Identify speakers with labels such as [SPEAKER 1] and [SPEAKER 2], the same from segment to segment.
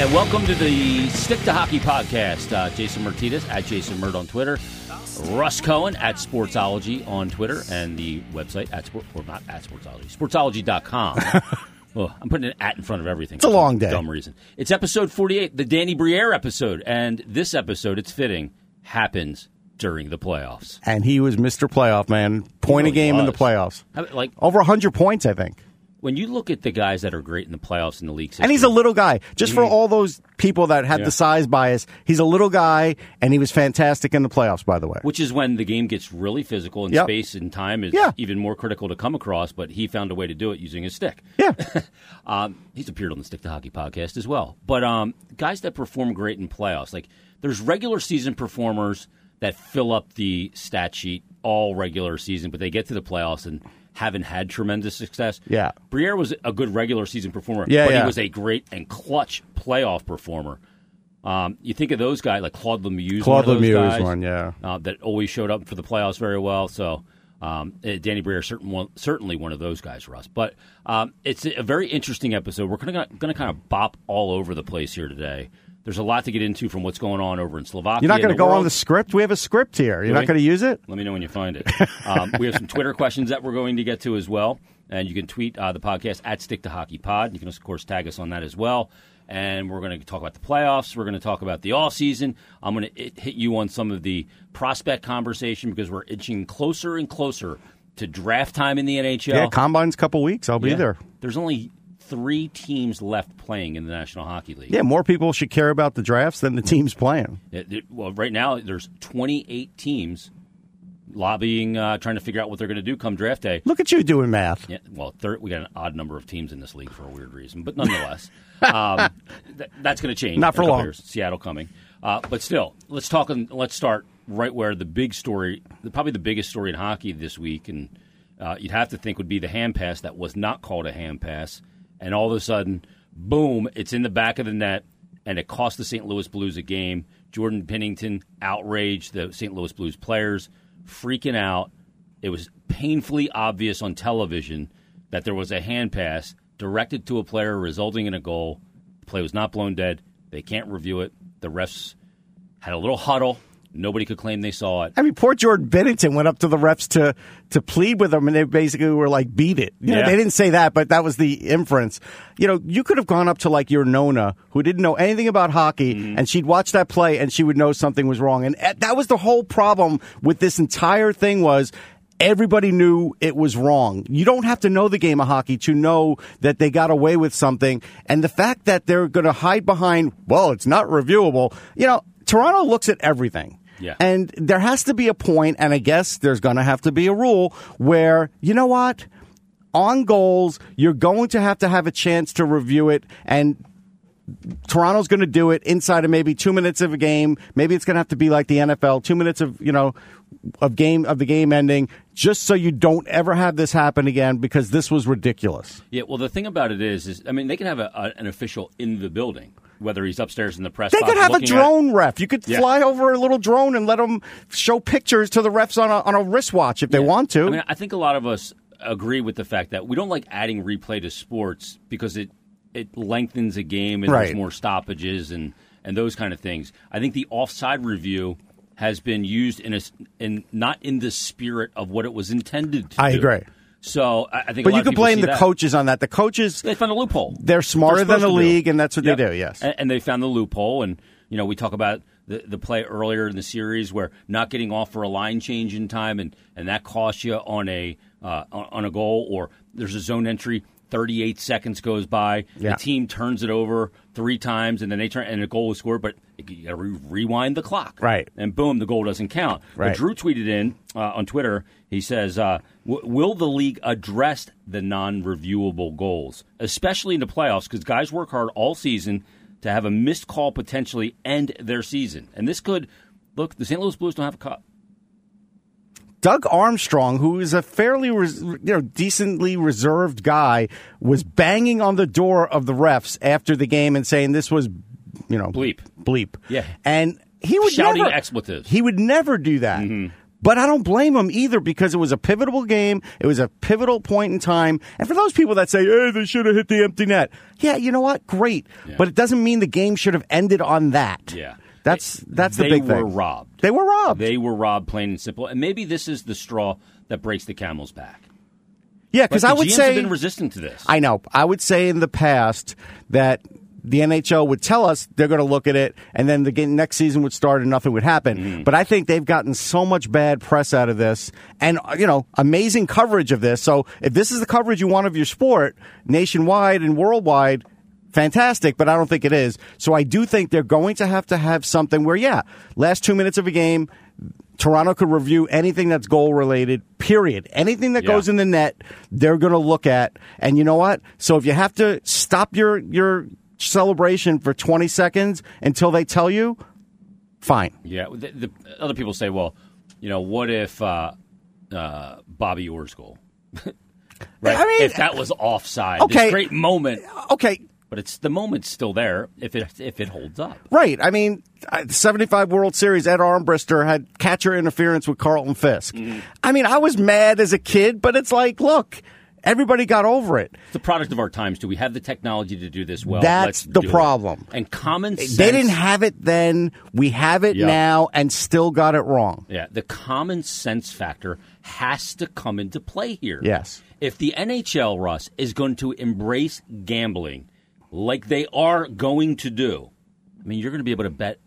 [SPEAKER 1] And welcome to the Stick to Hockey podcast. Uh, Jason Mertidis at Jason Mert on Twitter, Russ Cohen at Sportsology on Twitter, and the website at Sport, or not at Sportsology, sportsology.com. oh, I'm putting an at in front of everything. It's
[SPEAKER 2] a long day.
[SPEAKER 1] Dumb reason. It's episode 48, the Danny Briere episode. And this episode, it's fitting, happens during the playoffs.
[SPEAKER 2] And he was Mr. Playoff Man, point
[SPEAKER 1] really
[SPEAKER 2] a game in the
[SPEAKER 1] was.
[SPEAKER 2] playoffs.
[SPEAKER 1] I mean, Like,
[SPEAKER 2] Over 100 points, I think.
[SPEAKER 1] when you look at the guys that are great in the playoffs in the league
[SPEAKER 2] And he's a little guy. Just for all those people that had the size bias, he's a little guy, and he was fantastic in the playoffs, by the way.
[SPEAKER 1] Which is when the game gets really physical and
[SPEAKER 2] Yep.
[SPEAKER 1] space and time is
[SPEAKER 2] Yeah.
[SPEAKER 1] even more critical to come across, but he found a way to do it using his stick.
[SPEAKER 2] Yeah.
[SPEAKER 1] Um, he's appeared on the Stick to Hockey podcast as well. But um, guys that perform great in playoffs, like there's regular season performers that fill up the stat sheet all regular season, but they get to the playoffs and haven't had tremendous success.
[SPEAKER 2] Yeah.
[SPEAKER 1] Briere was a good regular season performer,
[SPEAKER 2] Yeah,
[SPEAKER 1] but he
[SPEAKER 2] yeah.
[SPEAKER 1] was a great and clutch playoff performer. Um, you think of those guys like Claude Lemieux.
[SPEAKER 2] Claude
[SPEAKER 1] one of those
[SPEAKER 2] Lemieux is
[SPEAKER 1] guys,
[SPEAKER 2] one, yeah.
[SPEAKER 1] uh, that always showed up for the playoffs very well. So um, eh, Danny Breer certain one, certainly one of those guys, Russ. But um, it's a very interesting episode. We're going to kind of bop all over the place here today. There's a lot to get into from what's going on over in Slovakia.
[SPEAKER 2] You're not
[SPEAKER 1] going to
[SPEAKER 2] go on the script? We have a script here. You're not
[SPEAKER 1] we?
[SPEAKER 2] going to use it?
[SPEAKER 1] Let me know when you find it. Um, we have some Twitter questions that we're going to get to as well. And you can tweet uh, the podcast at Stick to Hockey Pod. You can, of course, tag us on that as well. And we're going to talk about the playoffs. We're going to talk about the off season. I'm going to hit you on some of the prospect conversation because we're inching closer and closer to draft time in the NHL.
[SPEAKER 2] Yeah, combine's a couple weeks. I'll be
[SPEAKER 1] Yeah.
[SPEAKER 2] there.
[SPEAKER 1] There's only three teams left playing in the National Hockey League.
[SPEAKER 2] Yeah, more people should care about the drafts than the teams playing.
[SPEAKER 1] Yeah, th- Well, right now there's 28 teams lobbying, uh, trying to figure out what they're going to do come draft day.
[SPEAKER 2] Look at you doing math.
[SPEAKER 1] Yeah, well, thir- we got an odd number of teams in this league for a weird reason, but nonetheless, um, th- that's going to change.
[SPEAKER 2] Not for
[SPEAKER 1] in a couple
[SPEAKER 2] long.
[SPEAKER 1] years. Seattle coming, uh, but still, let's talk. And let's start right where the big story, the, probably the biggest story in hockey this week, and uh, you'd have to think would be the hand pass that was not called a hand pass, and all of a sudden, boom, it's in the back of the net, and it cost the St. Louis Blues a game. Jordan Pennington outraged the St. Louis Blues players, freaking out. It was painfully obvious on television that there was a hand pass directed to a player, resulting in a goal. The play was not blown dead. They can't review it. The refs had a little huddle. Nobody could claim they saw it.
[SPEAKER 2] I mean, poor Jordan Bennington went up to the refs to to plead with them, and they basically were like, "Beat it." You know,
[SPEAKER 1] Yeah.
[SPEAKER 2] they didn't say that, but that was the inference. You know, you could have gone up to like your Nona, who didn't know anything about hockey,
[SPEAKER 1] Mm-hmm.
[SPEAKER 2] and she'd watch that play, and she would know something was wrong. And eh, that was the whole problem with this entire thing was. Everybody knew it was wrong. You don't have to know the game of hockey to know that they got away with something. And the fact that they're going to hide behind, well, it's not reviewable. You know, Toronto looks at everything.
[SPEAKER 1] Yeah.
[SPEAKER 2] And there has to be a point, and I guess there's going to have to be a rule where, you know what? On goals, you're going to have to have a chance to review it, and Toronto's going to do it inside of maybe two minutes of a game. Maybe it's going to have to be like the NFL, two minutes of you know of game of the game ending, just so you don't ever have this happen again because this was ridiculous.
[SPEAKER 1] Yeah, well, the thing about it is, is I mean, they can have a, a, an official in the building, whether he's upstairs in the press.
[SPEAKER 2] They
[SPEAKER 1] box
[SPEAKER 2] could have a
[SPEAKER 1] looking at it.
[SPEAKER 2] drone ref. You could
[SPEAKER 1] Yeah.
[SPEAKER 2] fly over a little drone and let them show pictures to the refs on a, on a wristwatch if they want to.
[SPEAKER 1] I mean, I think a lot of us agree with the fact that we don't like adding replay to sports because it it lengthens a game and there's
[SPEAKER 2] Right.
[SPEAKER 1] more stoppages and and those kind of things. I think the offside review has been used in a s- in not in the spirit of what it was intended to.
[SPEAKER 2] I
[SPEAKER 1] do.
[SPEAKER 2] agree.
[SPEAKER 1] So I, I think, a
[SPEAKER 2] But
[SPEAKER 1] lot
[SPEAKER 2] you
[SPEAKER 1] of
[SPEAKER 2] can
[SPEAKER 1] people
[SPEAKER 2] blame
[SPEAKER 1] see
[SPEAKER 2] the
[SPEAKER 1] that.
[SPEAKER 2] coaches on that. The coaches,
[SPEAKER 1] They found a loophole.
[SPEAKER 2] They're smarter than
[SPEAKER 1] supposed
[SPEAKER 2] the
[SPEAKER 1] to do.
[SPEAKER 2] league, and that's what they do, yes.
[SPEAKER 1] and, and they found the loophole. And you know, we talk about the the play earlier in the series where not getting off for a line change in time, and and that costs you on a uh, on, on a goal. Or there's a zone entry. 38 seconds goes by.
[SPEAKER 2] Yeah.
[SPEAKER 1] The team turns it over three times, and then they turn, and a goal is scored. But you got to re- rewind the clock,
[SPEAKER 2] Right.
[SPEAKER 1] And boom, the goal doesn't count. But
[SPEAKER 2] Right.
[SPEAKER 1] Drew tweeted in uh, on Twitter. He says, uh, w- "Will the league address the non-reviewable goals, especially in the playoffs? Because guys work hard all season to have a missed call potentially end their season, and this could look. The St. Louis Blues don't have a cup.
[SPEAKER 2] Doug Armstrong, who is a fairly res- you know decently reserved guy, was banging on the door of the refs after the game and saying this was, you know,
[SPEAKER 1] Bleep.
[SPEAKER 2] bleep,
[SPEAKER 1] Yeah.
[SPEAKER 2] and he would
[SPEAKER 1] Shouting
[SPEAKER 2] never,
[SPEAKER 1] expletives. Mm-hmm.
[SPEAKER 2] He would never do that. But I don't blame him either because it was a pivotal game. It was a pivotal point in time. And for those people that say, hey, they should have hit the empty net. Yeah, you know what? Great.
[SPEAKER 1] Yeah.
[SPEAKER 2] But it doesn't mean the game should have ended on that.
[SPEAKER 1] Yeah.
[SPEAKER 2] That's that's the
[SPEAKER 1] they
[SPEAKER 2] big
[SPEAKER 1] were
[SPEAKER 2] thing.
[SPEAKER 1] robbed.
[SPEAKER 2] They were robbed.
[SPEAKER 1] They were robbed, plain and simple. And maybe this is the straw that breaks the camel's back.
[SPEAKER 2] yeah, because
[SPEAKER 1] Like,
[SPEAKER 2] I
[SPEAKER 1] the
[SPEAKER 2] would
[SPEAKER 1] GMs
[SPEAKER 2] say
[SPEAKER 1] have been resistant to this.
[SPEAKER 2] I know. I would say in the past that the NHL would tell us they're going to look at it, and then the game, next season would start, and nothing would happen.
[SPEAKER 1] Mm-hmm.
[SPEAKER 2] But I think they've gotten so much bad press out of this, and uh, you know, amazing coverage of this. So if this is the coverage you want of your sport nationwide and worldwide. Fantastic, but I don't think it is. So I do think they're going to have to have something where, yeah, last two minutes of a game, Toronto could review anything that's goal related, period. Anything that
[SPEAKER 1] Yeah.
[SPEAKER 2] goes in the net, they're going to look at. And you know what? So if you have to stop your, your celebration for 20 seconds until they tell you, fine.
[SPEAKER 1] yeah. The, the, other people say, well, you know, what if uh, uh, Bobby Orr's goal? right?
[SPEAKER 2] I mean-
[SPEAKER 1] if that was offside,
[SPEAKER 2] Okay.
[SPEAKER 1] this great moment.
[SPEAKER 2] Okay.
[SPEAKER 1] But it's the moment's still there if it if it holds up.
[SPEAKER 2] Right. I mean, I- the 75 World Series, Ed Armbrister had catcher interference with Carlton Fisk. I mean, I was mad as a kid, but it's like, look, everybody got over it.
[SPEAKER 1] It's the product of our times. Do we have the technology to do this well?
[SPEAKER 2] That's
[SPEAKER 1] Let's
[SPEAKER 2] the
[SPEAKER 1] do it.
[SPEAKER 2] problem.
[SPEAKER 1] And common sense.
[SPEAKER 2] They didn't have it then. We have it
[SPEAKER 1] Yeah.
[SPEAKER 2] now and still got it wrong.
[SPEAKER 1] Yeah, the common sense factor has to come into play here.
[SPEAKER 2] Yes.
[SPEAKER 1] If the NHL, Russ, is going to embrace gambling like they are going to do, I mean, you're going to be able to bet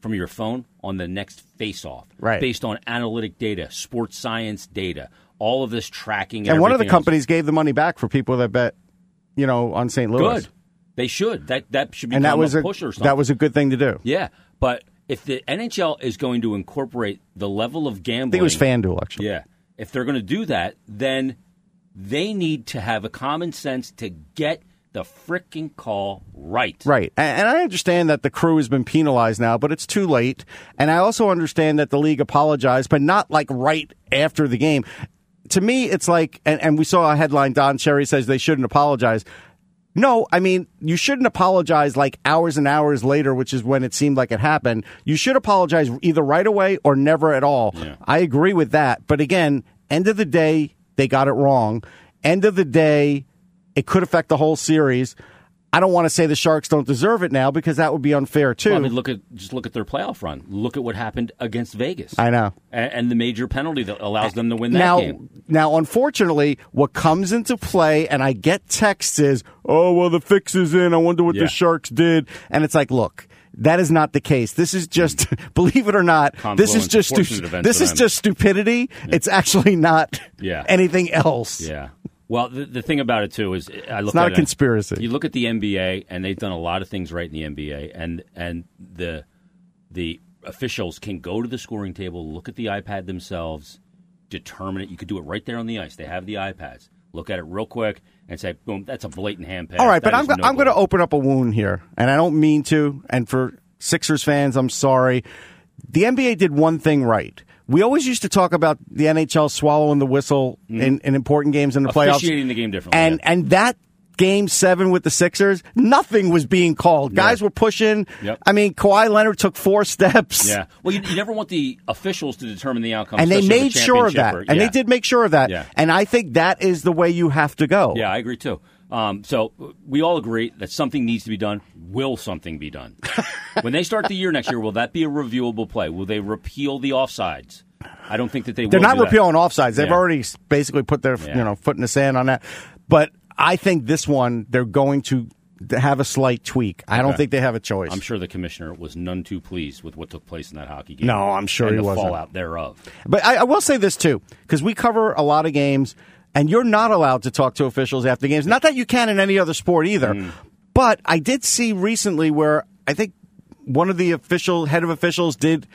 [SPEAKER 1] from your phone on the next face off.
[SPEAKER 2] Right.
[SPEAKER 1] Based on analytic data, sports science data, all of this tracking. And,
[SPEAKER 2] And one of the
[SPEAKER 1] everything else.
[SPEAKER 2] companies gave the money back for people that bet, you know, on St. Louis.
[SPEAKER 1] Good. They should. That, that should be
[SPEAKER 2] And that was
[SPEAKER 1] a,
[SPEAKER 2] a
[SPEAKER 1] push or something.
[SPEAKER 2] that was a good thing to do. I
[SPEAKER 1] yeah. But if the NHL is going to incorporate the level of gambling.
[SPEAKER 2] think it was FanDuel actually.
[SPEAKER 1] Yeah. If they're going to do that, then they need to have a common sense to get the frickin' call right.
[SPEAKER 2] Right. A- And I understand that the crew has been penalized now, but it's too late. And I also understand that the league apologized, but not like right after the game. To me, it's like, and, and we saw a headline Don Cherry says they shouldn't apologize. No, I mean, you shouldn't apologize like hours and hours later, which is when it seemed like it happened. You should apologize either right away or never at all. I agree with that. But again, end of the day, they got it wrong. End of the day, it could affect the whole series. I don't want to say the Sharks don't deserve it now because that would be unfair too.
[SPEAKER 1] Well, I mean, look at just look at their playoff run. Look at what happened against Vegas.
[SPEAKER 2] I know.
[SPEAKER 1] A- and, the major penalty that allows them to win that
[SPEAKER 2] now,
[SPEAKER 1] game.
[SPEAKER 2] now, unfortunately, what comes into play, and I get texts is, "Oh well, the fix is in. I wonder what
[SPEAKER 1] Yeah.
[SPEAKER 2] the Sharks did." And it's like, look, that is not the case. This is
[SPEAKER 1] Hmm.
[SPEAKER 2] just, believe it or not, this is
[SPEAKER 1] Confluence,
[SPEAKER 2] just stu-
[SPEAKER 1] fortunate event
[SPEAKER 2] this
[SPEAKER 1] for
[SPEAKER 2] is
[SPEAKER 1] them.
[SPEAKER 2] just stupidity. It's actually not
[SPEAKER 1] Yeah.
[SPEAKER 2] anything else.
[SPEAKER 1] Yeah. Well, the, the thing about it too is I look
[SPEAKER 2] not a
[SPEAKER 1] at it-
[SPEAKER 2] conspiracy.
[SPEAKER 1] you look at the NBA, and they've done a lot of things right in the NBA, and and the the officials can go to the scoring table, look at the iPad themselves, determine it. You could do it right there on the ice. They have the iPads. Look at it real quick and say, boom, that's a blatant hand pass.
[SPEAKER 2] All right,
[SPEAKER 1] That
[SPEAKER 2] but I'm
[SPEAKER 1] is
[SPEAKER 2] go-
[SPEAKER 1] no
[SPEAKER 2] I'm going to
[SPEAKER 1] goal.
[SPEAKER 2] open up a wound here, and I don't mean to. And for Sixers fans, I'm sorry. The NBA did one thing right. We always used to talk about the NHL swallowing the whistle in, in important games in the playoffs,
[SPEAKER 1] Mm-hmm. officiating the game differently.
[SPEAKER 2] and
[SPEAKER 1] yeah.
[SPEAKER 2] and that game seven with the Sixers, nothing was being called. Guys were pushing.
[SPEAKER 1] Yep.
[SPEAKER 2] I mean, Kawhi Leonard took four steps.
[SPEAKER 1] Yeah. Well, you, you never want the officials to determine the outcome,
[SPEAKER 2] And they
[SPEAKER 1] especially
[SPEAKER 2] made
[SPEAKER 1] a
[SPEAKER 2] sure of that.
[SPEAKER 1] championship or-
[SPEAKER 2] And they
[SPEAKER 1] yeah.
[SPEAKER 2] did make sure of that.
[SPEAKER 1] Yeah.
[SPEAKER 2] And I think that is the way you have to go.
[SPEAKER 1] Yeah, I agree too. Um, so we all agree that something needs to be done. Will something be done? when they start the year next year, will that be a reviewable play? Will they repeal the offsides? I don't think that they
[SPEAKER 2] They're
[SPEAKER 1] will.
[SPEAKER 2] not
[SPEAKER 1] do that.
[SPEAKER 2] repealing offsides. They've
[SPEAKER 1] Yeah.
[SPEAKER 2] already s- basically put their
[SPEAKER 1] Yeah.
[SPEAKER 2] you know foot in the sand on that. But I think this one they're going to have a slight tweak. I don't think they have a choice.
[SPEAKER 1] I'm sure the commissioner was none too pleased with what took place in that hockey game.
[SPEAKER 2] No, I'm sure
[SPEAKER 1] and
[SPEAKER 2] he
[SPEAKER 1] the
[SPEAKER 2] wasn't.
[SPEAKER 1] fallout thereof.
[SPEAKER 2] But I, I will say this too, because we cover a lot of games, and you're not allowed to talk to officials after games. Not that you can in any other sport either.
[SPEAKER 1] Mm.
[SPEAKER 2] But I did see recently where I think one of the official head of officials did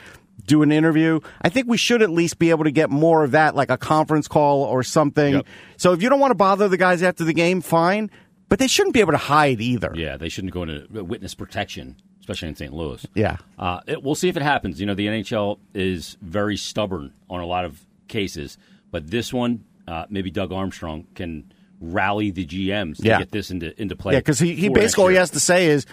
[SPEAKER 2] do an interview. I think we should at least be able to get more of that, like a conference call or something.
[SPEAKER 1] Yep.
[SPEAKER 2] So if you don't want to bother the guys after the game, fine. But they shouldn't be able to hide either.
[SPEAKER 1] Yeah, they shouldn't go into witness protection, especially in St. Louis.
[SPEAKER 2] Yeah.
[SPEAKER 1] Uh, it, we'll see if it happens. You know, the NHL is very stubborn on a lot of cases, but this one, uh, maybe Doug Armstrong can rally the GMs to
[SPEAKER 2] Yeah.
[SPEAKER 1] get this into into play.
[SPEAKER 2] Yeah, because he, he
[SPEAKER 1] for next
[SPEAKER 2] basically all he
[SPEAKER 1] year.
[SPEAKER 2] has to say is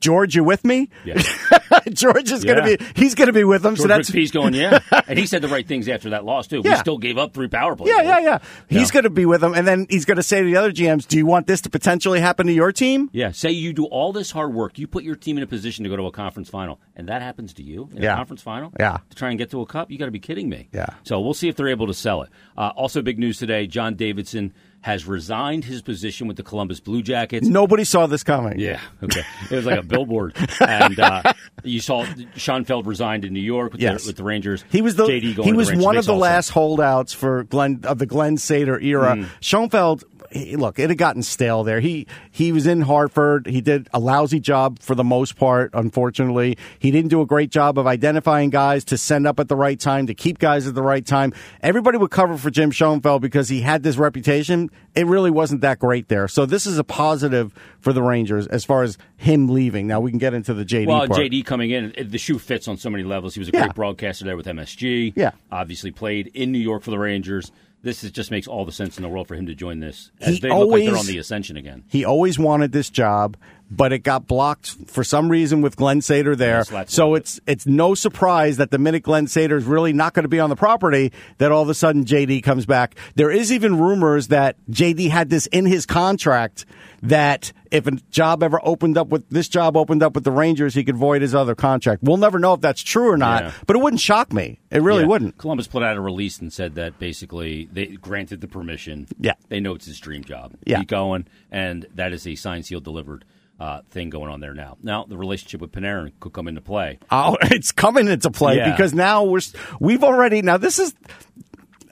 [SPEAKER 2] George, you with me?
[SPEAKER 1] Yeah.
[SPEAKER 2] George is going
[SPEAKER 1] Yeah.
[SPEAKER 2] to be he's going to be with them. so
[SPEAKER 1] George
[SPEAKER 2] that's
[SPEAKER 1] McPhee's going, yeah. and he said the right things after that loss, too. We
[SPEAKER 2] Yeah.
[SPEAKER 1] still gave up three power plays.
[SPEAKER 2] yeah, yeah, yeah. He's
[SPEAKER 1] Yeah.
[SPEAKER 2] going to be with them, and then he's going to say to the other GMs, "Do you want this to potentially happen to your team?"
[SPEAKER 1] Yeah, say you do all this hard work, you put your team in a position to go to a conference final, and that happens to you in a
[SPEAKER 2] Yeah.
[SPEAKER 1] conference final.
[SPEAKER 2] Yeah.
[SPEAKER 1] to try and get to a cup, you got to be kidding me.
[SPEAKER 2] Yeah.
[SPEAKER 1] So we'll see if they're able to sell it. Uh, also, big news today: John Davidson has resigned his position with the Columbus Blue Jackets.
[SPEAKER 2] Nobody saw this coming.
[SPEAKER 1] Yeah, okay. It was like a billboard, and uh, you saw Schoenfeld resigned in New York with,
[SPEAKER 2] Yes.
[SPEAKER 1] the, with the Rangers.
[SPEAKER 2] He was the
[SPEAKER 1] JD going
[SPEAKER 2] he
[SPEAKER 1] to
[SPEAKER 2] was
[SPEAKER 1] Rangers.
[SPEAKER 2] one
[SPEAKER 1] They
[SPEAKER 2] of the
[SPEAKER 1] saw
[SPEAKER 2] last holdouts for Glenn of the Glenn Sater era.
[SPEAKER 1] Mm.
[SPEAKER 2] Schoenfeld, he, look, it had gotten stale there. He he was in Hartford. He did a lousy job for the most part. Unfortunately, he didn't do a great job of identifying guys to send up at the right time to keep guys at the right time. Everybody would cover for Jim Schoenfeld because he had this reputation. It really wasn't that great there. So this is a positive for the Rangers as far as him leaving. Now we can get into the JD
[SPEAKER 1] Well,
[SPEAKER 2] part.
[SPEAKER 1] JD coming in, it- the shoe fits on so many levels. He was a
[SPEAKER 2] Yeah.
[SPEAKER 1] great broadcaster there with MSG.
[SPEAKER 2] Yeah.
[SPEAKER 1] obviously played in New York for the Rangers. This is, just makes all the sense in the world for him to join this. As
[SPEAKER 2] He
[SPEAKER 1] they look like they're
[SPEAKER 2] always-
[SPEAKER 1] on the ascension again.
[SPEAKER 2] He always wanted this job, but it got blocked for some reason with Glenn Sater there.
[SPEAKER 1] Yes, that's
[SPEAKER 2] so
[SPEAKER 1] right.
[SPEAKER 2] it's it's no surprise that the minute Glenn Sater is really not going to be on the property, that all of a sudden JD comes back. There is even rumors that JD had this in his contract that if a job ever opened up with this job opened up with the Rangers, he could void his other contract. We'll never know if that's true or not,
[SPEAKER 1] Yeah.
[SPEAKER 2] but it wouldn't shock me. It really
[SPEAKER 1] Yeah.
[SPEAKER 2] wouldn't.
[SPEAKER 1] Columbus put out a release and said that basically they granted the permission.
[SPEAKER 2] Yeah.
[SPEAKER 1] They know it's his dream job.
[SPEAKER 2] Yeah.
[SPEAKER 1] Keep going. And that is a signed, sealed, delivered uh, thing going on there now. Now, the relationship with Panarin could come into play.
[SPEAKER 2] Oh, it's coming into play
[SPEAKER 1] Yeah.
[SPEAKER 2] because now we're s- we've already now this is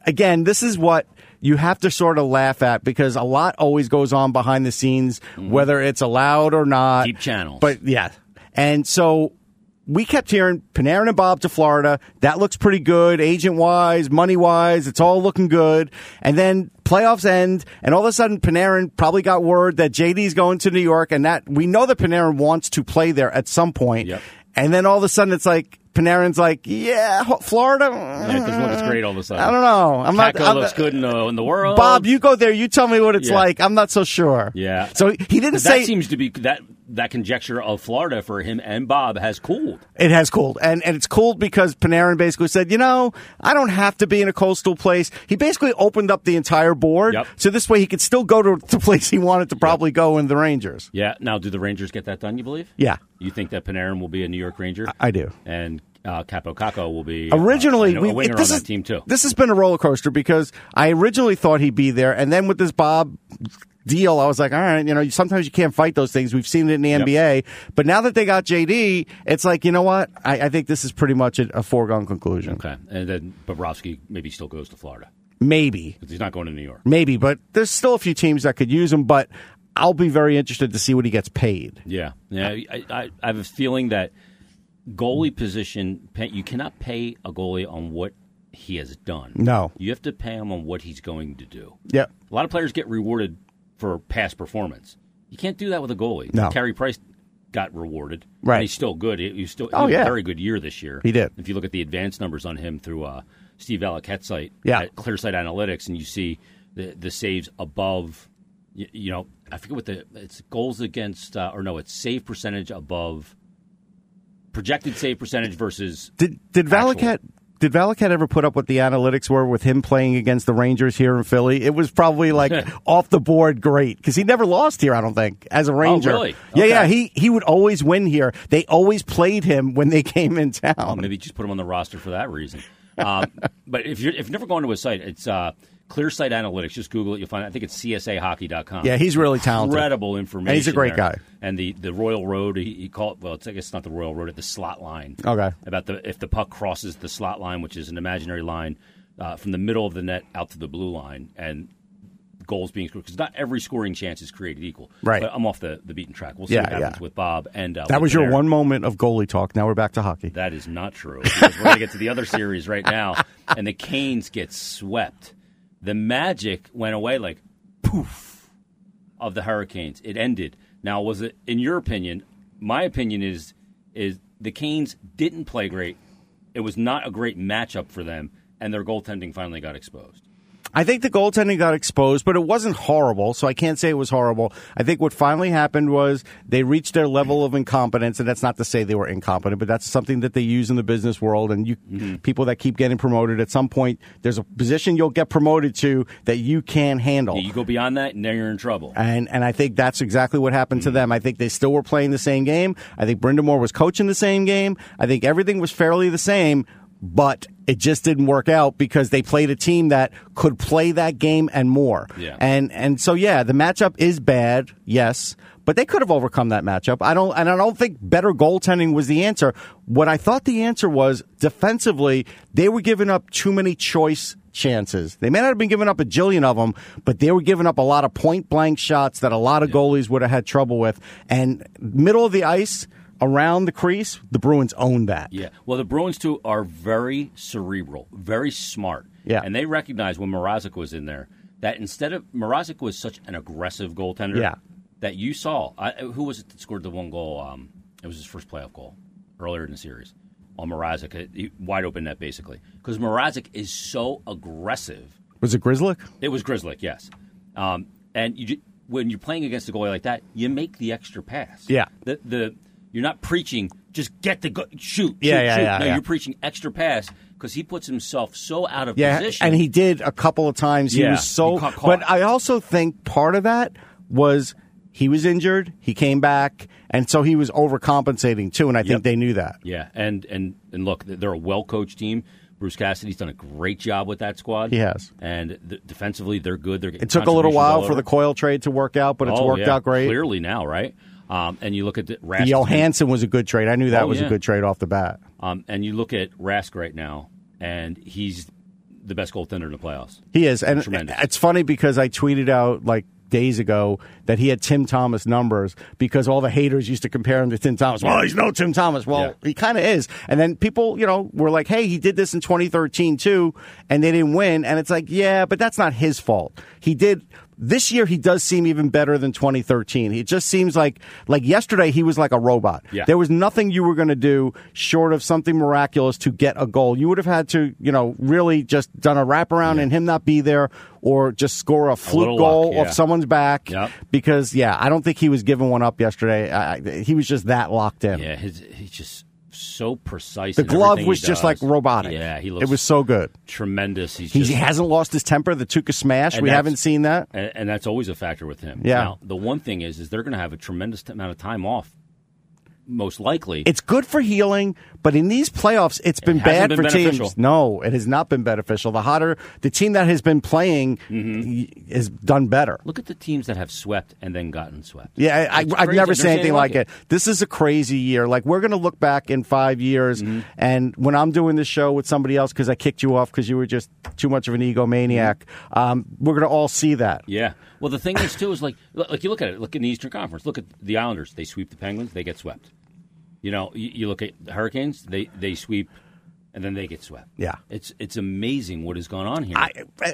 [SPEAKER 2] again this is what you have to sort of laugh at because a lot always goes on behind the scenes whether it's allowed or not.
[SPEAKER 1] Deep channels.
[SPEAKER 2] But yeah. And so we kept hearing Panarin and Bob to Florida. That looks pretty good, agent wise, money wise. It's all looking good. And then playoffs end, and all of a sudden, Panarin probably got word that JD's going to New York, and that we know that Panarin wants to play there at some point.
[SPEAKER 1] Yep.
[SPEAKER 2] And then all of a sudden, it's like Panarin's like, yeah, ho- Florida. Mm,
[SPEAKER 1] Because look, it's great all of a sudden.
[SPEAKER 2] I don't know. I'm not.
[SPEAKER 1] Kako
[SPEAKER 2] I'm-
[SPEAKER 1] looks good in the, in the world.
[SPEAKER 2] Bob, you go there. You tell me what it's
[SPEAKER 1] Yeah.
[SPEAKER 2] like. I'm not so sure.
[SPEAKER 1] Yeah.
[SPEAKER 2] So he didn't
[SPEAKER 1] that
[SPEAKER 2] say
[SPEAKER 1] seems to be that that conjecture of Florida for him and Bob has cooled.
[SPEAKER 2] It has cooled, and and it's cooled because Panarin basically said, you know, I don't have to be in a coastal place. He basically opened up the entire board,
[SPEAKER 1] Yep.
[SPEAKER 2] so this way he could still go to the place he wanted to probably go in the Rangers.
[SPEAKER 1] Yeah. Now, do the Rangers get that done? You believe?
[SPEAKER 2] Yeah.
[SPEAKER 1] You think that Panarin will be a New York Ranger?
[SPEAKER 2] I do.
[SPEAKER 1] And uh, Capo Caco will be uh,
[SPEAKER 2] Originally,
[SPEAKER 1] a,
[SPEAKER 2] we,
[SPEAKER 1] a winger
[SPEAKER 2] this
[SPEAKER 1] on
[SPEAKER 2] is-
[SPEAKER 1] that team too.
[SPEAKER 2] This has been a roller coaster because I originally thought he'd be there, and then with this Bob deal, I was like, all right, you know, sometimes you can't fight those things. We've seen it in the NBA, but now that they got JD, it's like, you know what? I, I think this is pretty much a, a foregone conclusion.
[SPEAKER 1] okay. And then Bobrovsky maybe still goes to Florida
[SPEAKER 2] Maybe.
[SPEAKER 1] because he's not going to New York.
[SPEAKER 2] Maybe, but there's still a few teams that could use him. But I'll be very interested to see what he gets paid.
[SPEAKER 1] Yeah. Yeah. I, I, I have a feeling that goalie position pay- you cannot pay a goalie on what he has done.
[SPEAKER 2] No.
[SPEAKER 1] You have to pay him on what he's going to do.
[SPEAKER 2] Yep.
[SPEAKER 1] A lot of players get rewarded for past performance. You can't do that with a goalie.
[SPEAKER 2] No.
[SPEAKER 1] Carey Price got rewarded.
[SPEAKER 2] Right.
[SPEAKER 1] And he's still good. He, he's still he
[SPEAKER 2] Oh,
[SPEAKER 1] had
[SPEAKER 2] yeah.
[SPEAKER 1] a very good year this year.
[SPEAKER 2] He did.
[SPEAKER 1] If you look at the advanced numbers on him through uh, Steve Alaket's site
[SPEAKER 2] Yeah.
[SPEAKER 1] at ClearSight Analytics, and you see the, the saves above, you, you know, I forget what the it's goals against uh, or no, it's save percentage above projected save percentage versus
[SPEAKER 2] Did did
[SPEAKER 1] Actual.
[SPEAKER 2] Valakat did Valakat ever put up what the analytics were with him playing against the Rangers here in Philly? It was probably like off the board great because he never lost here. I don't think as a Ranger.
[SPEAKER 1] really?
[SPEAKER 2] Yeah,
[SPEAKER 1] Okay.
[SPEAKER 2] yeah. He he would always win here. They always played him when they came in town.
[SPEAKER 1] Maybe just put him on the roster for that reason. Um, but if you're if you've never gone to his site, it's uh, Clear Site Analytics. Just Google it. You'll find. It. I think it's csahockey.com.
[SPEAKER 2] Yeah, he's really talented.
[SPEAKER 1] Incredible information.
[SPEAKER 2] And he's a great
[SPEAKER 1] there.
[SPEAKER 2] guy.
[SPEAKER 1] And the, the Royal Road, he, he called well, it's, I guess it's not the Royal Road, at the slot line.
[SPEAKER 2] Okay.
[SPEAKER 1] About the if the puck crosses the slot line, which is an imaginary line uh, from the middle of the net out to the blue line, and goals being scored because not every scoring chance is created equal.
[SPEAKER 2] Right.
[SPEAKER 1] But I'm off the, the beaten track. We'll see
[SPEAKER 2] Yeah,
[SPEAKER 1] what happens
[SPEAKER 2] yeah.
[SPEAKER 1] with Bob and uh,
[SPEAKER 2] That
[SPEAKER 1] with
[SPEAKER 2] was your
[SPEAKER 1] Panarin.
[SPEAKER 2] one moment of goalie talk. Now we're back to hockey.
[SPEAKER 1] That is not true. Because we're going to get to the other series right now, and the Canes get swept. The magic went away like poof of the Hurricanes. It ended. Now, was it in your opinion? My opinion is is the Canes didn't play great. It was not a great matchup for them, and their goaltending finally got exposed.
[SPEAKER 2] I think the goaltending got exposed, but it wasn't horrible, so I can't say it was horrible. I think what finally happened was they reached their level of incompetence, and that's not to say they were incompetent, but that's something that they use in the business world. And you, people that keep getting promoted, at some point, there's a position you'll get promoted to that you can't handle.
[SPEAKER 1] You go beyond that, and then you're in trouble.
[SPEAKER 2] And and I think that's exactly what happened to them. I think they still were playing the same game. I think Brenda Moore was coaching the same game. I think everything was fairly the same, but it just didn't work out because they played a team that could play that game and more.
[SPEAKER 1] Yeah.
[SPEAKER 2] And and so yeah, the matchup is bad, yes, but they could have overcome that matchup. I don't and I don't think better goaltending was the answer. What I thought the answer was defensively, they were giving up too many choice chances. They may not have been giving up a jillion of them, but they were giving up a lot of point blank shots that a lot of goalies would have had trouble with. And middle of the ice, around the crease, the Bruins owned that.
[SPEAKER 1] Yeah. Well, the Bruins too are very cerebral, very smart.
[SPEAKER 2] Yeah.
[SPEAKER 1] And they recognized when Mrazek was in there that instead of Mrazek was such an aggressive goaltender.
[SPEAKER 2] Yeah.
[SPEAKER 1] That you saw. I, who was it that scored the one goal? Um, it was his first playoff goal earlier in the series on Mrazek, It- he- wide open net basically, because Mrazek is so aggressive.
[SPEAKER 2] Was it Grizzly?
[SPEAKER 1] It was Grizzly, yes. Um, and you, ju- when you're playing against a goalie like that, you make the extra pass.
[SPEAKER 2] Yeah.
[SPEAKER 1] The, the you're not preaching just get the go- shoot.
[SPEAKER 2] Yeah,
[SPEAKER 1] shoot,
[SPEAKER 2] yeah,
[SPEAKER 1] shoot.
[SPEAKER 2] yeah,
[SPEAKER 1] No,
[SPEAKER 2] yeah.
[SPEAKER 1] you're preaching extra pass because he puts himself so out of
[SPEAKER 2] Yeah,
[SPEAKER 1] position.
[SPEAKER 2] and he did a couple of times. He
[SPEAKER 1] Yeah,
[SPEAKER 2] was so.
[SPEAKER 1] he caught- caught.
[SPEAKER 2] But I also think part of that was he was injured. He came back, and so he was overcompensating too. And I think they knew that.
[SPEAKER 1] yeah, and and and look, they're a well coached team. Bruce Cassidy's done a great job with that squad.
[SPEAKER 2] He has.
[SPEAKER 1] and th- defensively they're good. They're
[SPEAKER 2] It took a little while for the coil trade to work out, but it's
[SPEAKER 1] Oh,
[SPEAKER 2] worked out great.
[SPEAKER 1] Clearly now, right? Um, and you look at the
[SPEAKER 2] The
[SPEAKER 1] Rask,
[SPEAKER 2] Johansson was a good trade. I knew that
[SPEAKER 1] Oh,
[SPEAKER 2] was a
[SPEAKER 1] yeah.
[SPEAKER 2] good trade off the bat.
[SPEAKER 1] Um, and you look at Rask right now, and he's the best goaltender in the playoffs.
[SPEAKER 2] He is, and
[SPEAKER 1] Tremendous.
[SPEAKER 2] it's funny because I tweeted out like days ago that he had Tim Thomas numbers because all the haters used to compare him to Tim Thomas. Well, he's no Tim Thomas. Well,
[SPEAKER 1] Yeah.
[SPEAKER 2] he kind of is. And then people, you know, were like, "Hey, he did this in 2013 too, and they didn't win." And it's like, yeah, but that's not his fault. He did. This year he does seem even better than 2013. It just seems like like yesterday he was like a robot.
[SPEAKER 1] Yeah.
[SPEAKER 2] There was nothing you were going to do short of something miraculous to get a goal. You would have had to, you know, really just done a wraparound and him not be there, or just score a fluke
[SPEAKER 1] little
[SPEAKER 2] goal
[SPEAKER 1] luck, yeah.
[SPEAKER 2] off someone's back.
[SPEAKER 1] Yep.
[SPEAKER 2] Because yeah, I don't think he was giving one up yesterday. I, I, he was just that locked in.
[SPEAKER 1] Yeah, his, he's just so precise.
[SPEAKER 2] The glove was just like robotic.
[SPEAKER 1] Yeah, he looks
[SPEAKER 2] it was so good.
[SPEAKER 1] tremendous. He's
[SPEAKER 2] He
[SPEAKER 1] just,
[SPEAKER 2] hasn't lost his temper. The Tuca smash.
[SPEAKER 1] And
[SPEAKER 2] We
[SPEAKER 1] that's-
[SPEAKER 2] haven't seen that.
[SPEAKER 1] and, and that's always a factor with him.
[SPEAKER 2] Yeah.
[SPEAKER 1] Now, the one thing is, is they're going to have a tremendous amount of time off, most likely.
[SPEAKER 2] It's good for healing, but in these playoffs, it's been
[SPEAKER 1] hasn't
[SPEAKER 2] bad
[SPEAKER 1] been
[SPEAKER 2] for
[SPEAKER 1] beneficial.
[SPEAKER 2] teams. No, it has not been beneficial. The hotter the team that has been playing y-
[SPEAKER 1] Mm-hmm.
[SPEAKER 2] has done better.
[SPEAKER 1] look at the teams that have swept and then gotten swept.
[SPEAKER 2] Yeah, I, I,
[SPEAKER 1] It's
[SPEAKER 2] I've
[SPEAKER 1] crazy.
[SPEAKER 2] never
[SPEAKER 1] There's
[SPEAKER 2] seen anything like it. This is a crazy year. Like we're going to look back in five years,
[SPEAKER 1] Mm-hmm.
[SPEAKER 2] and when I'm doing this show with somebody else because I kicked you off because you were just too much of an egomaniac,
[SPEAKER 1] Mm-hmm.
[SPEAKER 2] um, we're going to all see that.
[SPEAKER 1] Yeah. Well, the thing is too is like look- like you look at it. Look in the Eastern Conference. Look at the Islanders. They sweep the Penguins. They get swept. You know, you, you look at the Hurricanes. They they sweep, and then they get swept.
[SPEAKER 2] Yeah.
[SPEAKER 1] It's it's amazing what has gone on here.
[SPEAKER 2] I,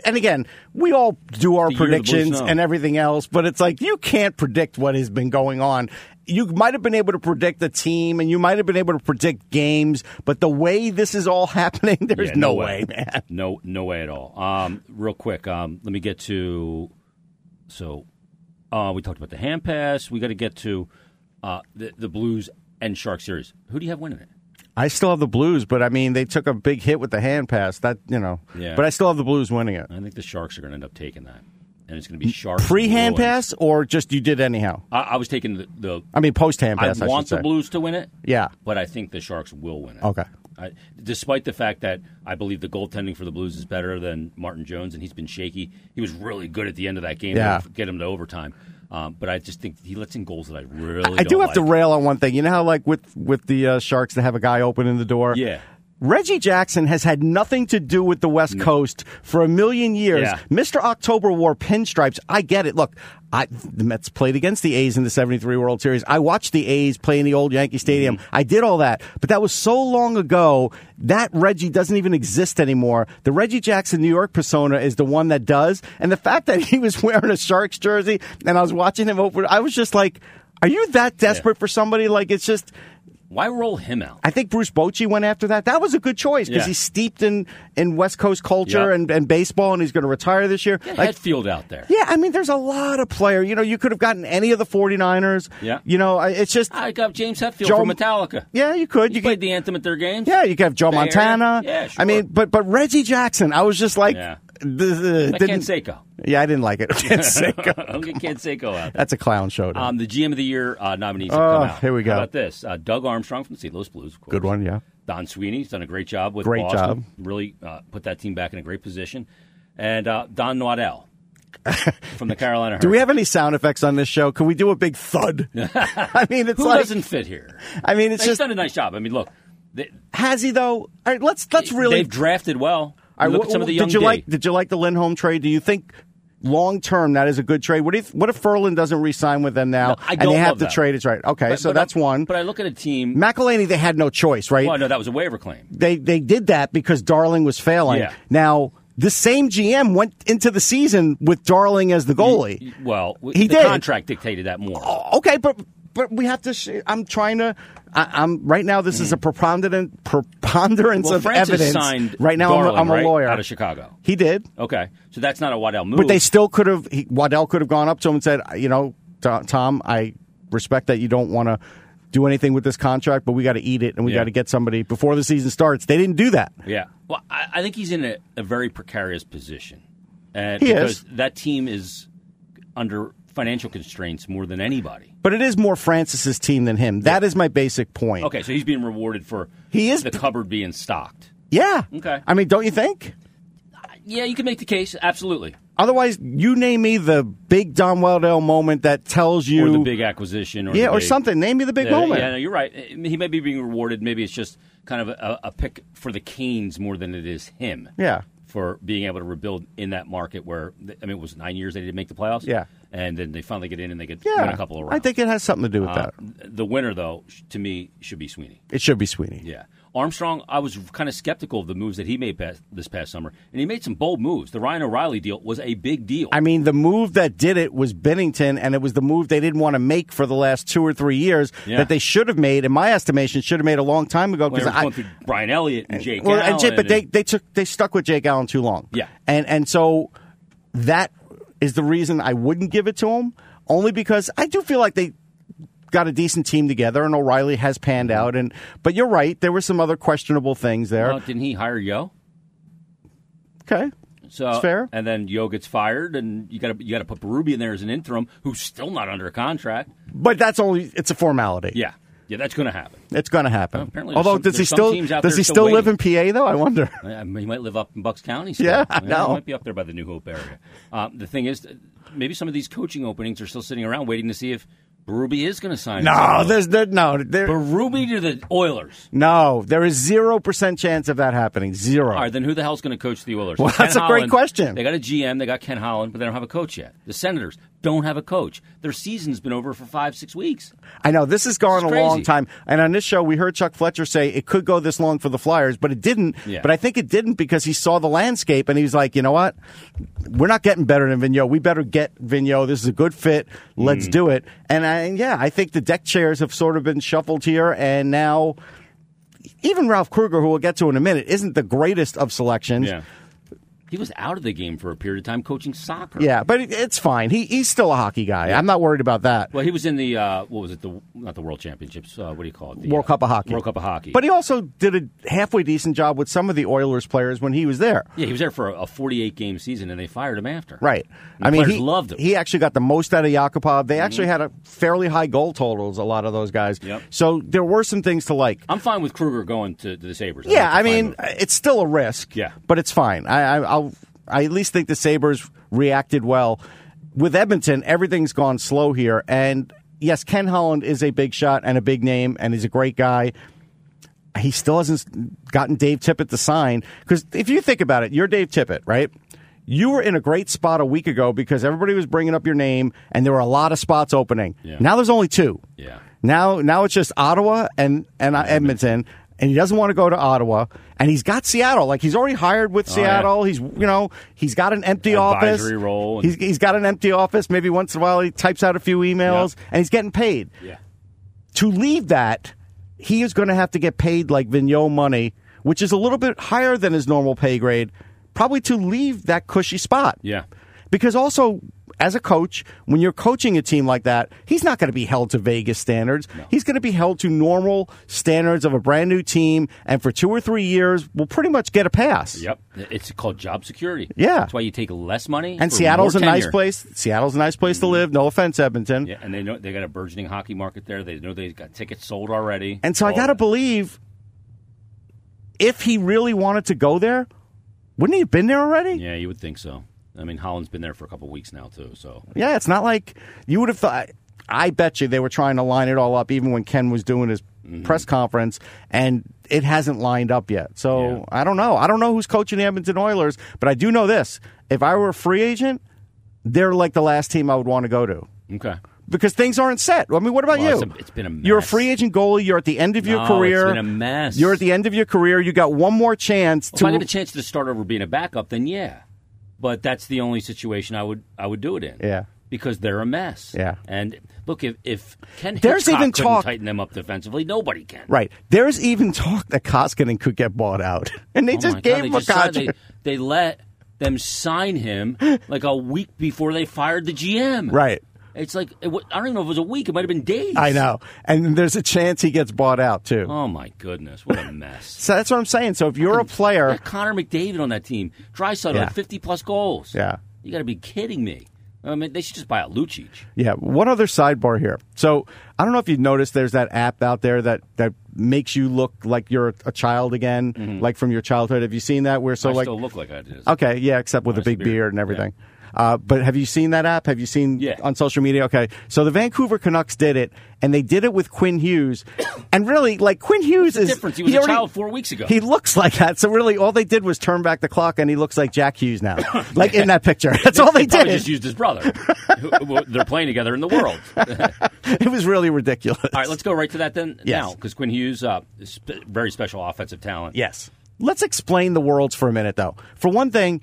[SPEAKER 2] and again, we all do our
[SPEAKER 1] The year the Blues
[SPEAKER 2] predictions
[SPEAKER 1] know.
[SPEAKER 2] and everything else, but it's like you can't predict what has been going on. You might have been able to predict the team and you might have been able to predict games, but the way this is all happening, there's
[SPEAKER 1] Yeah,
[SPEAKER 2] no, way. man.
[SPEAKER 1] No no way at all. Um, real quick. Um, let me get to. So, uh, we talked about the hand pass. We got to get to uh, the the Blues and Shark series. Who do you have winning it?
[SPEAKER 2] I still have the Blues, but I mean, they took a big hit with the hand pass. That, you know,
[SPEAKER 1] Yeah.
[SPEAKER 2] but I still have the Blues winning it.
[SPEAKER 1] I think the Sharks are going to end up taking that, and it's going to be Sharks
[SPEAKER 2] Pre hand
[SPEAKER 1] Bruins.
[SPEAKER 2] pass or just you did anyhow?
[SPEAKER 1] I, I was taking the, the
[SPEAKER 2] I mean, post hand
[SPEAKER 1] I
[SPEAKER 2] pass, I,
[SPEAKER 1] want
[SPEAKER 2] should say.
[SPEAKER 1] the Blues to win it.
[SPEAKER 2] Yeah.
[SPEAKER 1] but I think the Sharks will win it.
[SPEAKER 2] Okay.
[SPEAKER 1] I, despite the fact that I believe the goaltending for the Blues is better than Martin Jones, and he's been shaky. He was really good at the end of that game
[SPEAKER 2] Yeah.
[SPEAKER 1] to get him to overtime. Um, but I just think he lets in goals that I really
[SPEAKER 2] I do
[SPEAKER 1] don't
[SPEAKER 2] have to
[SPEAKER 1] like.
[SPEAKER 2] rail on one thing. You know how, like, with, with the uh, Sharks, they have a guy opening the door?
[SPEAKER 1] Yeah. Mm.
[SPEAKER 2] Reggie Jackson has had nothing to do with the West Coast for a million years.
[SPEAKER 1] Yeah.
[SPEAKER 2] Mr. October wore pinstripes. I get it. Look, I, the Mets played against the A's in the 73 World Series. I watched the A's play in the old Yankee Stadium. I did all that. But that was so long ago. That Reggie doesn't even exist anymore. The Reggie Jackson New York persona is the one that does. And the fact that he was wearing a Sharks jersey and I was watching him open, I was just like, are you that desperate for somebody? Like, it's just.
[SPEAKER 1] Why roll him out?
[SPEAKER 2] I think Bruce Bochy went after that. That was a good choice because
[SPEAKER 1] Yeah.
[SPEAKER 2] he's steeped in, in West Coast culture
[SPEAKER 1] Yep.
[SPEAKER 2] and, and baseball, and he's going to retire this year.
[SPEAKER 1] Get
[SPEAKER 2] Like,
[SPEAKER 1] Hetfield out there.
[SPEAKER 2] yeah, I mean, there's a lot of player. You know, you could have gotten any of the 49ers.
[SPEAKER 1] Yeah.
[SPEAKER 2] You know, I- it's just,
[SPEAKER 1] I got James Hetfield
[SPEAKER 2] Joe-
[SPEAKER 1] from Metallica.
[SPEAKER 2] yeah, you could.
[SPEAKER 1] You
[SPEAKER 2] You could,
[SPEAKER 1] played the anthem at their games.
[SPEAKER 2] yeah, you could have Joe
[SPEAKER 1] Bay Area.
[SPEAKER 2] Montana.
[SPEAKER 1] Yeah, sure.
[SPEAKER 2] I mean, but but Reggie Jackson, I was just like,
[SPEAKER 1] Yeah.
[SPEAKER 2] th- th-
[SPEAKER 1] Like Ken
[SPEAKER 2] didn't-
[SPEAKER 1] Seiko.
[SPEAKER 2] yeah, I didn't like it. Can't say go.
[SPEAKER 1] I'll get Ken Seiko out there.
[SPEAKER 2] That's a clown show.
[SPEAKER 1] Um, the GM of the Year uh, nominees have
[SPEAKER 2] Oh,
[SPEAKER 1] come out.
[SPEAKER 2] here we go.
[SPEAKER 1] How about this? Uh, Doug Armstrong from the St. Louis Blues. Of course.
[SPEAKER 2] Good one, yeah.
[SPEAKER 1] Don Sweeney's done a great job with
[SPEAKER 2] Great job.
[SPEAKER 1] Boston. Really uh, put that team back in a great position. And uh, Don Waddell from the Carolina
[SPEAKER 2] Do we have any sound effects on this show? Can we do a big thud? I mean, it's
[SPEAKER 1] Who
[SPEAKER 2] like,
[SPEAKER 1] doesn't fit here?
[SPEAKER 2] I mean, it's
[SPEAKER 1] He's
[SPEAKER 2] just
[SPEAKER 1] done a nice job. I mean, look, they,
[SPEAKER 2] has he though? All right, let's let's really.
[SPEAKER 1] they've drafted well.
[SPEAKER 2] All right,
[SPEAKER 1] look
[SPEAKER 2] wh-
[SPEAKER 1] at some of the young
[SPEAKER 2] did you
[SPEAKER 1] D.
[SPEAKER 2] like? Did you like the Lindholm trade? Do you think long term that is a good trade? What if what if Ferland doesn't re-sign with them now
[SPEAKER 1] No, I
[SPEAKER 2] and
[SPEAKER 1] don't
[SPEAKER 2] they have
[SPEAKER 1] love
[SPEAKER 2] to
[SPEAKER 1] that.
[SPEAKER 2] trade? It's right. Okay,
[SPEAKER 1] But-
[SPEAKER 2] so
[SPEAKER 1] but
[SPEAKER 2] that's
[SPEAKER 1] I-
[SPEAKER 2] one.
[SPEAKER 1] But I look at a team.
[SPEAKER 2] McElhaney, they had no choice, right?
[SPEAKER 1] Well, no, that was a waiver claim.
[SPEAKER 2] they they did that because Darling was failing.
[SPEAKER 1] Yeah.
[SPEAKER 2] Now the same GM went into the season with Darling as the goalie.
[SPEAKER 1] Well, w-
[SPEAKER 2] He
[SPEAKER 1] the
[SPEAKER 2] did.
[SPEAKER 1] contract dictated that more.
[SPEAKER 2] okay, but but we have to. Sh- I'm trying to. I, I'm right now. This is a preponderant preponderance
[SPEAKER 1] Mm. well,
[SPEAKER 2] of
[SPEAKER 1] Francis
[SPEAKER 2] evidence.
[SPEAKER 1] signed
[SPEAKER 2] right now,
[SPEAKER 1] Darling,
[SPEAKER 2] I'm, a, I'm
[SPEAKER 1] right,
[SPEAKER 2] a lawyer
[SPEAKER 1] out of Chicago.
[SPEAKER 2] He did,
[SPEAKER 1] Okay, so that's not a Waddell move.
[SPEAKER 2] but they still could have. he- Waddell could have gone up to him and said, you know, "Tom- Tom, I respect that you don't want to. Do anything with this contract, but we got to eat it, and we
[SPEAKER 1] Yeah.
[SPEAKER 2] got to get somebody before the season starts. They didn't do that.
[SPEAKER 1] Yeah. Well, I, I think he's in a, a very precarious position. And
[SPEAKER 2] He
[SPEAKER 1] because
[SPEAKER 2] is.
[SPEAKER 1] that team is under financial constraints more than anybody.
[SPEAKER 2] But it is more Francis's team than him. That is my basic point.
[SPEAKER 1] Okay, so he's being rewarded for
[SPEAKER 2] He is-
[SPEAKER 1] the cupboard being stocked.
[SPEAKER 2] Yeah.
[SPEAKER 1] Okay.
[SPEAKER 2] I mean, don't you think?
[SPEAKER 1] Yeah, you can make the case, absolutely.
[SPEAKER 2] Otherwise, you name me the big Don Waddell moment that tells you,
[SPEAKER 1] Or the big acquisition or
[SPEAKER 2] yeah,
[SPEAKER 1] the
[SPEAKER 2] or
[SPEAKER 1] big-
[SPEAKER 2] something. Name me the big
[SPEAKER 1] Yeah,
[SPEAKER 2] moment.
[SPEAKER 1] Yeah, no, you're right. He may be being rewarded. Maybe it's just kind of a, a pick for the Canes more than it is him.
[SPEAKER 2] Yeah.
[SPEAKER 1] For being able to rebuild in that market where I mean it was nine years they didn't make the playoffs.
[SPEAKER 2] Yeah.
[SPEAKER 1] And then they finally get in and they get
[SPEAKER 2] Yeah.
[SPEAKER 1] win a couple of rounds.
[SPEAKER 2] I think it has something to do with
[SPEAKER 1] Uh,
[SPEAKER 2] that.
[SPEAKER 1] the winner, though, sh- to me, should be Sweeney.
[SPEAKER 2] It should be Sweeney.
[SPEAKER 1] Yeah, Armstrong. I was kind of skeptical of the moves that he made past, this past summer, and he made some bold moves. The Ryan O'Reilly deal was a big deal.
[SPEAKER 2] I mean, the move that did it was Bennington, and it was the move they didn't want to make for the last two or three years
[SPEAKER 1] Yeah.
[SPEAKER 2] that they should have made, in my estimation, should have made a long time ago.
[SPEAKER 1] when
[SPEAKER 2] Because
[SPEAKER 1] it was
[SPEAKER 2] I,
[SPEAKER 1] going through Brian Elliott and Jake
[SPEAKER 2] well,
[SPEAKER 1] Allen,
[SPEAKER 2] and Jake, but they they took they stuck with Jake Allen too long.
[SPEAKER 1] Yeah.
[SPEAKER 2] and and so that is the reason I wouldn't give it to him, only because I do feel like they got a decent team together, and O'Reilly has panned out. And but you're right, there were some other questionable things there.
[SPEAKER 1] Oh, didn't he hire Yo?
[SPEAKER 2] okay,
[SPEAKER 1] So
[SPEAKER 2] It's fair.
[SPEAKER 1] And then Yo gets fired, and you got to you got to put Berube in there as an interim, who's still not under contract.
[SPEAKER 2] but that's only it's a formality.
[SPEAKER 1] Yeah, yeah, that's going to happen.
[SPEAKER 2] it's going to happen.
[SPEAKER 1] apparently there's
[SPEAKER 2] Although
[SPEAKER 1] some-
[SPEAKER 2] does he
[SPEAKER 1] there's some
[SPEAKER 2] still
[SPEAKER 1] teams out
[SPEAKER 2] does
[SPEAKER 1] there
[SPEAKER 2] he
[SPEAKER 1] still
[SPEAKER 2] still live in PA though? I wonder.
[SPEAKER 1] I mean, he might live up in Bucks County. Still.
[SPEAKER 2] Yeah, I know.
[SPEAKER 1] He might be up there by the New Hope area. Um, the thing is, maybe some of these coaching openings are still sitting around waiting to see if Berube is going to sign.
[SPEAKER 2] No, there's there, no there,
[SPEAKER 1] Berube to the Oilers.
[SPEAKER 2] no there is zero percent chance of that happening. Zero.
[SPEAKER 1] All right, then who the hell's going to coach the Oilers?
[SPEAKER 2] Well, that's
[SPEAKER 1] Ken
[SPEAKER 2] a great
[SPEAKER 1] Holland,
[SPEAKER 2] question.
[SPEAKER 1] They got a GM, they got Ken Holland, but they don't have a coach yet. The Senators don't have a coach. Their season's been over for five, six weeks.
[SPEAKER 2] I know this has gone
[SPEAKER 1] It's
[SPEAKER 2] a long
[SPEAKER 1] crazy.
[SPEAKER 2] time, and on this show we heard Chuck Fletcher say it could go this long for the Flyers, but it didn't.
[SPEAKER 1] Yeah.
[SPEAKER 2] But I think it didn't because he saw the landscape and he was like, you know what, we're not getting better than Vigneault. We better get Vigneault. This is a good fit. Let's
[SPEAKER 1] Mm.
[SPEAKER 2] do it. And I, and yeah, I think the deck chairs have sort of been shuffled here, and now even Ralph Kruger, who we'll get to in a minute, isn't the greatest of selections.
[SPEAKER 1] He was out of the game for a period of time coaching soccer.
[SPEAKER 2] Yeah, but it- it's fine. He, he's still a hockey guy. I'm not worried about that.
[SPEAKER 1] Well, he was in the uh, what was it? The not the World Championships. Uh, what do you call it? The,
[SPEAKER 2] World
[SPEAKER 1] uh,
[SPEAKER 2] Cup of Hockey.
[SPEAKER 1] World Cup of Hockey.
[SPEAKER 2] But he also did a halfway decent job with some of the Oilers players when he was there.
[SPEAKER 1] Yeah, he was there for a 48 game season, and they fired him after.
[SPEAKER 2] Right.
[SPEAKER 1] And
[SPEAKER 2] I mean,
[SPEAKER 1] players
[SPEAKER 2] he
[SPEAKER 1] loved him. Mm-hmm.
[SPEAKER 2] He actually got the most out of Yakupov. They actually had a fairly high goal totals. A lot of those guys.
[SPEAKER 1] Yep.
[SPEAKER 2] So there were some things to like.
[SPEAKER 1] I'm fine with Kruger going to, to the Sabers.
[SPEAKER 2] yeah, I mean, it's still a risk.
[SPEAKER 1] Yeah.
[SPEAKER 2] But it's fine. I, I, I'll. I at least think the Sabers reacted well. With Edmonton, everything's gone slow here, and yes, Ken Holland is a big shot and a big name, and he's a great guy. he still hasn't gotten Dave Tippett to sign. Because if you think about it, you're Dave Tippett, right? You were in a great spot a week ago because everybody was bringing up your name, and there were a lot of spots opening.
[SPEAKER 1] Yeah.
[SPEAKER 2] Now there's only two.
[SPEAKER 1] Yeah.
[SPEAKER 2] Now, now it's just Ottawa and and uh, Edmonton, and he doesn't want to go to Ottawa, and he's got Seattle. Like he's already hired with Seattle. He's you know he's got an empty office.
[SPEAKER 1] Oh, Advisory role and-
[SPEAKER 2] He's, he's got an empty office. Maybe once in a while he types out a few emails, and he's getting paid
[SPEAKER 1] yeah,
[SPEAKER 2] to leave that he is going to have to get paid like Vigneault money, which is a little bit higher than his normal pay grade, probably to leave that cushy spot.
[SPEAKER 1] Yeah.
[SPEAKER 2] Because also, as a coach, when you're coaching a team like that, he's not going to be held to Vegas standards. He's going to be held to normal standards of a brand new team, and for two or three years, will pretty much get a pass.
[SPEAKER 1] Yep. It's called job security.
[SPEAKER 2] Yeah.
[SPEAKER 1] That's why you take less money.
[SPEAKER 2] And
[SPEAKER 1] for
[SPEAKER 2] Seattle's a
[SPEAKER 1] more
[SPEAKER 2] nice
[SPEAKER 1] tenure. Mm-hmm.
[SPEAKER 2] place. Seattle's a nice place to live. No offense, Edmonton.
[SPEAKER 1] Yeah, and they know they got a burgeoning hockey market there. They know they got tickets sold already.
[SPEAKER 2] And so I
[SPEAKER 1] Oh,
[SPEAKER 2] got to believe if he really wanted to go there, wouldn't he have been there already?
[SPEAKER 1] Yeah, you would think so. I mean, Holland's been there for a couple weeks now too. So
[SPEAKER 2] Yeah, it's not like you would have thought. I bet you they were trying to line it all up, even when Ken was doing his
[SPEAKER 1] Mm-hmm.
[SPEAKER 2] press conference, and it hasn't lined up yet. So
[SPEAKER 1] Yeah.
[SPEAKER 2] I don't know. I don't know who's coaching the Edmonton Oilers, but I do know this: if I were a free agent, they're like the last team I would want to go to
[SPEAKER 1] okay,
[SPEAKER 2] because things aren't set. I mean, what about
[SPEAKER 1] Well,
[SPEAKER 2] you?
[SPEAKER 1] it's a- it's been a
[SPEAKER 2] You're a
[SPEAKER 1] mess.
[SPEAKER 2] free agent goalie. You're at the end of your
[SPEAKER 1] No,
[SPEAKER 2] career.
[SPEAKER 1] It's been a mess.
[SPEAKER 2] You're at the end of your career. You got one more chance
[SPEAKER 1] If I get
[SPEAKER 2] to.
[SPEAKER 1] a chance to start over being a backup, then yeah. But that's the only situation I would I would do it in.
[SPEAKER 2] Yeah.
[SPEAKER 1] Because they're a mess.
[SPEAKER 2] Yeah.
[SPEAKER 1] And look, if if Ken
[SPEAKER 2] There's
[SPEAKER 1] Hitchcock
[SPEAKER 2] even
[SPEAKER 1] couldn't
[SPEAKER 2] talk-
[SPEAKER 1] tighten them up defensively, nobody can.
[SPEAKER 2] Right. There's even talk that Koskinen could get bought out, and they
[SPEAKER 1] Oh
[SPEAKER 2] just
[SPEAKER 1] my God,
[SPEAKER 2] gave
[SPEAKER 1] they
[SPEAKER 2] him a
[SPEAKER 1] just signed-
[SPEAKER 2] contract.
[SPEAKER 1] They, they let them sign him like a week before they fired the GM.
[SPEAKER 2] Right.
[SPEAKER 1] It's like it, wa- I don't even know if it was a week. It might have been days.
[SPEAKER 2] I know, and there's a chance he gets bought out too.
[SPEAKER 1] Oh my goodness, what a mess!
[SPEAKER 2] So that's what I'm saying. So if you're a player,
[SPEAKER 1] Got Connor McDavid on that team, Drysdale
[SPEAKER 2] Yeah.
[SPEAKER 1] had fifty plus goals.
[SPEAKER 2] Yeah.
[SPEAKER 1] you got to be kidding me. I mean, they should just buy out Lucic.
[SPEAKER 2] yeah. One other sidebar here. So I don't know if you've noticed, there's that app out there that that makes you look like you're a child again, like from your childhood. Have you seen that? Where so
[SPEAKER 1] Mm-hmm. I
[SPEAKER 2] like
[SPEAKER 1] still look like I did.
[SPEAKER 2] Okay, yeah, except with a
[SPEAKER 1] Minus the
[SPEAKER 2] big
[SPEAKER 1] beard.
[SPEAKER 2] beard and everything. Uh, but have you seen that app? Have you seen
[SPEAKER 1] Yeah.
[SPEAKER 2] on social media? Okay, so the Vancouver Canucks did it, and they did it with Quinn Hughes, and really, like Quinn Hughes is
[SPEAKER 1] difference? He was a
[SPEAKER 2] already-
[SPEAKER 1] child four weeks ago.
[SPEAKER 2] He looks like that. So really, all they did was turn back the clock, and he looks like Jack Hughes now, like in that picture. That's all they
[SPEAKER 1] Probably
[SPEAKER 2] did.
[SPEAKER 1] just used his brother. who, who- they're playing together in the world.
[SPEAKER 2] it was really ridiculous.
[SPEAKER 1] All right, let's go right to that then
[SPEAKER 2] Yes.
[SPEAKER 1] now because Quinn Hughes, uh, sp- very special offensive talent.
[SPEAKER 2] Yes. Let's explain the worlds for a minute, though. For one thing,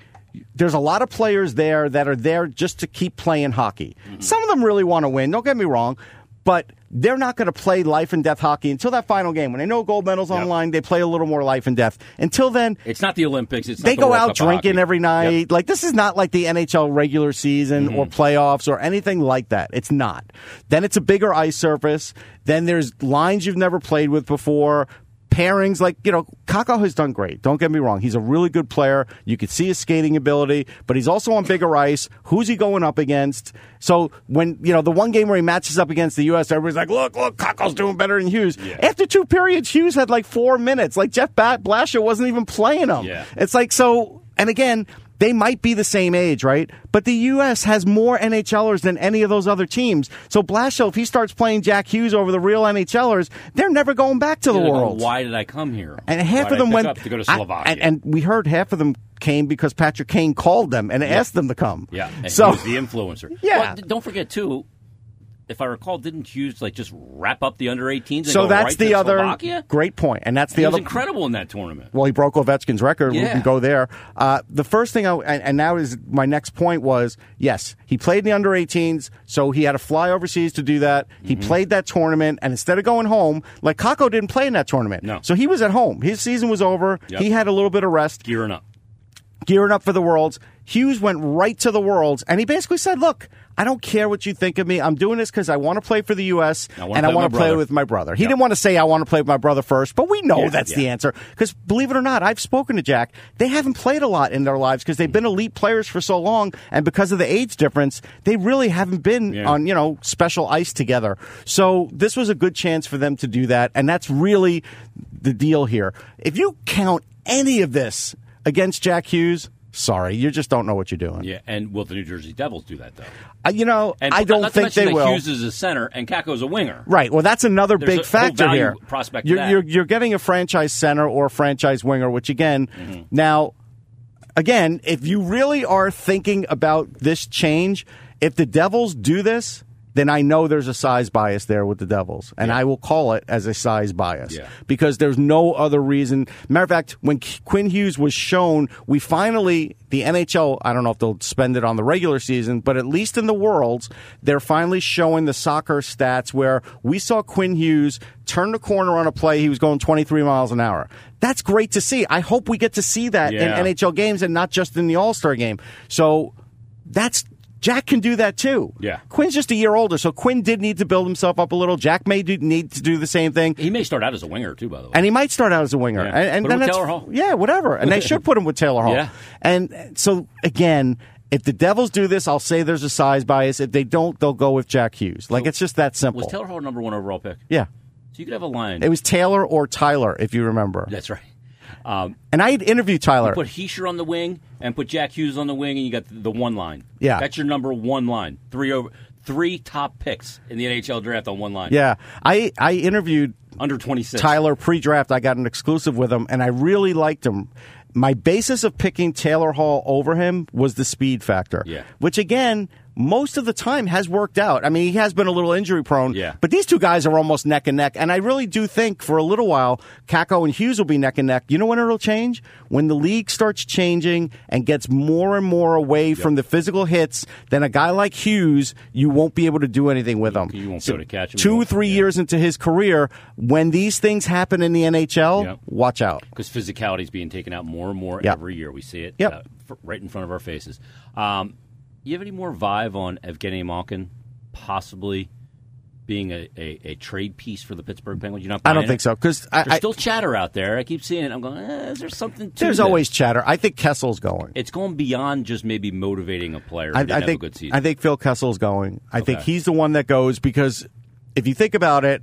[SPEAKER 2] there's a lot of players there that are there just to keep playing hockey.
[SPEAKER 1] Mm-hmm.
[SPEAKER 2] Some of them really want to win, don't get me wrong, but they're not going to play life and death hockey until that final game. When they know gold medals on the
[SPEAKER 1] Yep.
[SPEAKER 2] line, they play a little more life and death. Until then,
[SPEAKER 1] It's not the Olympics. It's not
[SPEAKER 2] they
[SPEAKER 1] the
[SPEAKER 2] go
[SPEAKER 1] World
[SPEAKER 2] out
[SPEAKER 1] Cup of
[SPEAKER 2] drinking
[SPEAKER 1] hockey.
[SPEAKER 2] every night.
[SPEAKER 1] Yep.
[SPEAKER 2] Like this is not like the NHL regular season or
[SPEAKER 1] Mm-hmm.
[SPEAKER 2] playoffs or anything like that. It's not. Then it's a bigger ice surface. Then there's lines you've never played with before. Pairings like you know, Kako has done great. Don't get me wrong; he's a really good player. You could see his skating ability, but he's also on bigger ice. Who's he going up against? So when you know the one game where he matches up against the U.S., everybody's like, "Look, look, Kako's doing better than Hughes." After two periods, Hughes had like four minutes. Like Jeff Bat- Blasher wasn't even playing him.
[SPEAKER 1] Yeah.
[SPEAKER 2] It's like so, and again, they might be the same age, right? But the U.S. has more NHLers than any of those other teams. So Blashill, if he starts playing Jack Hughes over the real NHLers, they're never going back to the
[SPEAKER 1] They're like,
[SPEAKER 2] world.
[SPEAKER 1] Why did I come here?
[SPEAKER 2] and
[SPEAKER 1] Why
[SPEAKER 2] half
[SPEAKER 1] did
[SPEAKER 2] of
[SPEAKER 1] I
[SPEAKER 2] them
[SPEAKER 1] pick
[SPEAKER 2] went
[SPEAKER 1] up to go to
[SPEAKER 2] I-
[SPEAKER 1] Slovakia.
[SPEAKER 2] and, and we heard half of them came because Patrick Kane called them and asked them to come.
[SPEAKER 1] Yeah, and
[SPEAKER 2] so
[SPEAKER 1] he was the influencer.
[SPEAKER 2] Yeah.
[SPEAKER 1] Well, d- don't forget too. If I recall, didn't Hughes like just wrap up the under 18s? And
[SPEAKER 2] so
[SPEAKER 1] go
[SPEAKER 2] that's
[SPEAKER 1] right
[SPEAKER 2] the
[SPEAKER 1] to
[SPEAKER 2] other
[SPEAKER 1] Slovakia?
[SPEAKER 2] great point, and that's the
[SPEAKER 1] He was
[SPEAKER 2] other
[SPEAKER 1] incredible in that tournament.
[SPEAKER 2] Well, he broke Ovechkin's record. We
[SPEAKER 1] Yeah.
[SPEAKER 2] can go there. Uh, the first thing, I, and, and now is my next point was yes, he played in the under 18s, so he had to fly overseas to do that. He
[SPEAKER 1] Mm-hmm.
[SPEAKER 2] played that tournament, and instead of going home, like Kako didn't play in that tournament.
[SPEAKER 1] No.
[SPEAKER 2] So he was at home. His season was over.
[SPEAKER 1] Yep.
[SPEAKER 2] He had a little bit of rest
[SPEAKER 1] Gearing up.
[SPEAKER 2] gearing up for the Worlds. Hughes went right to the Worlds, and he basically said, "Look, I don't care what you think of me. I'm doing this because I want to play for the U.S.
[SPEAKER 1] I wanna
[SPEAKER 2] and I
[SPEAKER 1] play
[SPEAKER 2] want to
[SPEAKER 1] with my
[SPEAKER 2] play
[SPEAKER 1] brother."
[SPEAKER 2] with my brother." He didn't want to say, "I want to play with my brother first, but we know
[SPEAKER 1] Yeah,
[SPEAKER 2] that's
[SPEAKER 1] yeah.
[SPEAKER 2] the answer because, believe it or not, I've spoken to Jack. They haven't played a lot in their lives because they've been elite players for so long, and because of the age difference, they really haven't been
[SPEAKER 1] Yeah.
[SPEAKER 2] on you know special ice together. So this was a good chance for them to do that, and that's really the deal here. If you count any of this against Jack Hughes, sorry, you just don't know what you're doing.
[SPEAKER 1] Yeah, and will the New Jersey Devils do that though?
[SPEAKER 2] Uh, you know,
[SPEAKER 1] And
[SPEAKER 2] I don't
[SPEAKER 1] not to
[SPEAKER 2] think
[SPEAKER 1] mention
[SPEAKER 2] they
[SPEAKER 1] that
[SPEAKER 2] will.
[SPEAKER 1] Hughes is a center and Kako's a winger.
[SPEAKER 2] Right. Well, that's another
[SPEAKER 1] There's
[SPEAKER 2] big
[SPEAKER 1] a whole
[SPEAKER 2] factor
[SPEAKER 1] value
[SPEAKER 2] here.
[SPEAKER 1] prospect to
[SPEAKER 2] You're,
[SPEAKER 1] that.
[SPEAKER 2] you're you're getting a franchise center or a franchise winger, which again,
[SPEAKER 1] Mm-hmm.
[SPEAKER 2] now, again, if you really are thinking about this change, if the Devils do this, then I know there's a size bias there with the Devils, and I will call it as a size bias
[SPEAKER 1] Yeah.
[SPEAKER 2] because there's no other reason. Matter of fact, when Qu- Quinn Hughes was shown, we finally the NHL. I don't know if they'll spend it on the regular season, but at least in the worlds, they're finally showing the soccer stats where we saw Quinn Hughes turn the corner on a play. He was going 23 miles an hour. That's great to see. I hope we get to see that
[SPEAKER 1] Yeah.
[SPEAKER 2] in NHL games and not just in the All Star game. So that's. Jack can do that too.
[SPEAKER 1] Yeah.
[SPEAKER 2] Quinn's just a year older, so Quinn did need to build himself up a little. Jack may do, need to do the same thing.
[SPEAKER 1] He may start out as a winger too, by the way.
[SPEAKER 2] And he might start out as a winger.
[SPEAKER 1] Yeah.
[SPEAKER 2] And, and
[SPEAKER 1] Put him
[SPEAKER 2] then that's-
[SPEAKER 1] with Taylor Hall.
[SPEAKER 2] Yeah, whatever. And they should put him with Taylor Hall.
[SPEAKER 1] Yeah.
[SPEAKER 2] And so, again, if the Devils do this, I'll say there's a size bias. If they don't, they'll go with Jack Hughes. Like, it's just that simple.
[SPEAKER 1] was Taylor Hall number one overall pick?
[SPEAKER 2] yeah.
[SPEAKER 1] So you could have a line.
[SPEAKER 2] It was Taylor or Tyler, if you remember.
[SPEAKER 1] That's right. Um,
[SPEAKER 2] And I had interviewed Tyler.
[SPEAKER 1] put Heisher on the wing and put Jack Hughes on the wing, and you got the, the one line.
[SPEAKER 2] Yeah.
[SPEAKER 1] that's your number one line. Three over, three top picks in the NHL draft on one line.
[SPEAKER 2] yeah. I, I interviewed
[SPEAKER 1] under twenty six.
[SPEAKER 2] Tyler pre-draft. I got an exclusive with him, and I really liked him. My basis of picking Taylor Hall over him was the speed factor,
[SPEAKER 1] Yeah.
[SPEAKER 2] which again, most of the time has worked out. I mean, he has been a little injury prone,
[SPEAKER 1] Yeah.
[SPEAKER 2] but these two guys are almost neck and neck. And I really do think for a little while, Kako and Hughes will be neck and neck. You know when it'll change? When the league starts changing and gets more and more away from the physical hits, then a guy like Hughes, you won't be able to do anything with him.
[SPEAKER 1] You won't be able to catch him. You
[SPEAKER 2] Two,
[SPEAKER 1] won't-
[SPEAKER 2] three years into his career, when these things happen in the NHL,
[SPEAKER 1] Yep.
[SPEAKER 2] watch out.
[SPEAKER 1] because physicality is being taken out more and more
[SPEAKER 2] Yep.
[SPEAKER 1] every year. We see it
[SPEAKER 2] Yep.
[SPEAKER 1] f- right in front of our faces. Um, you have any more vibe on Evgeny Malkin possibly being a, a, a trade piece for the Pittsburgh Penguins? You're not.
[SPEAKER 2] I
[SPEAKER 1] Buying
[SPEAKER 2] don't
[SPEAKER 1] it?
[SPEAKER 2] think so because
[SPEAKER 1] There's
[SPEAKER 2] I, I,
[SPEAKER 1] still chatter out there. I keep seeing it. I'm going. Eh, is there something? To
[SPEAKER 2] there's
[SPEAKER 1] this?
[SPEAKER 2] always chatter. I think Kessel's going.
[SPEAKER 1] It's going beyond just maybe motivating a player. who
[SPEAKER 2] I,
[SPEAKER 1] didn't
[SPEAKER 2] I
[SPEAKER 1] have
[SPEAKER 2] think
[SPEAKER 1] a good season.
[SPEAKER 2] I think Phil Kessel's going. I think
[SPEAKER 1] Okay.
[SPEAKER 2] he's the one that goes because if you think about it,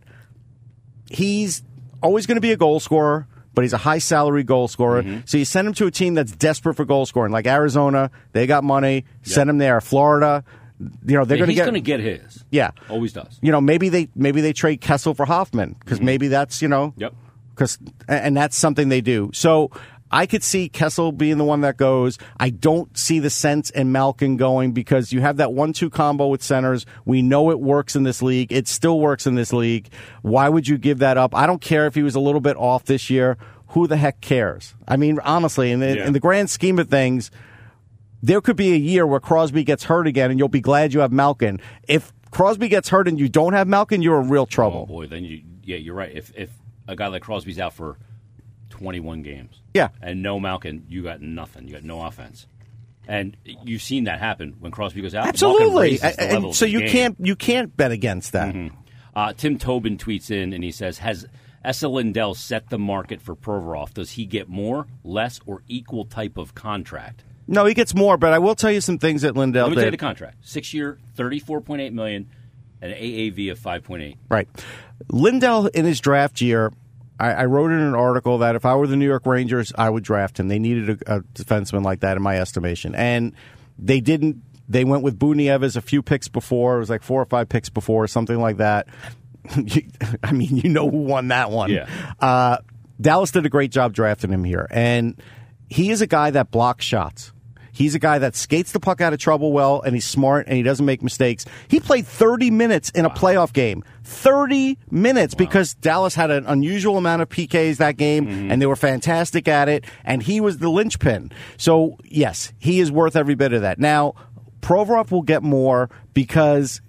[SPEAKER 2] he's always going to be a goal scorer, but he's a high salary goal scorer.
[SPEAKER 1] Mm-hmm.
[SPEAKER 2] So you send him to a team that's desperate for goal scoring, like Arizona. They got money. Send him there. Florida. You know they're going
[SPEAKER 1] Yeah,
[SPEAKER 2] to
[SPEAKER 1] he's
[SPEAKER 2] get.
[SPEAKER 1] going to get his.
[SPEAKER 2] Yeah.
[SPEAKER 1] always does.
[SPEAKER 2] you know maybe they maybe they trade Kessel for Hoffman because maybe that's you know
[SPEAKER 1] Yep.
[SPEAKER 2] because and that's something they do. So I could see Kessel being the one that goes. I don't see the sense in Malkin going because you have that one-two combo with centers. We know it works in this league. It still works in this league. Why would you give that up? I don't care if he was a little bit off this year. Who the heck cares? I mean, honestly, in the,
[SPEAKER 1] Yeah.
[SPEAKER 2] in the grand scheme of things, there could be a year where Crosby gets hurt again, and you'll be glad you have Malkin. If Crosby gets hurt and you don't have Malkin, you're in real
[SPEAKER 1] Oh
[SPEAKER 2] trouble.
[SPEAKER 1] boy, then you yeah, you're right. If if a guy like Crosby's out for 21 games,
[SPEAKER 2] Yeah.
[SPEAKER 1] and no Malkin, you got nothing. You got no offense, and you've seen that happen when Crosby goes out. Malkin
[SPEAKER 2] Absolutely,
[SPEAKER 1] raises the
[SPEAKER 2] and, and
[SPEAKER 1] level of
[SPEAKER 2] so
[SPEAKER 1] his
[SPEAKER 2] you
[SPEAKER 1] game.
[SPEAKER 2] can't you can't bet against that.
[SPEAKER 1] Uh, Tim Tobin tweets in and he says, "Has Essa Lindell set the market for Provorov? Does he get more, less, or equal type of contract?"
[SPEAKER 2] No, he gets more, but I will tell you some things that Lindell
[SPEAKER 1] Let me tell you the
[SPEAKER 2] did.
[SPEAKER 1] contract: six year, 34.8 million, an AAV of 5.8.
[SPEAKER 2] Right, Lindell in his draft year. I, I wrote in an article that if I were the New York Rangers, I would draft him. They needed a, a defenseman like that, in my estimation, and they didn't. They went with Buniev as a few picks before. It was like four or five picks before, something like that. You- I mean, you know who won that one.
[SPEAKER 1] Yeah.
[SPEAKER 2] Uh, Dallas did a great job drafting him here, and he is a guy that blocks shots. He's a guy that skates the puck out of trouble well, and he's smart, and he doesn't make mistakes. He played 30 minutes in a playoff game. 30 minutes because Dallas had an unusual amount of PKs that game, and they were fantastic at it, and he was the linchpin. So, yes, he is worth every bit of that. Now, Provorov will get more because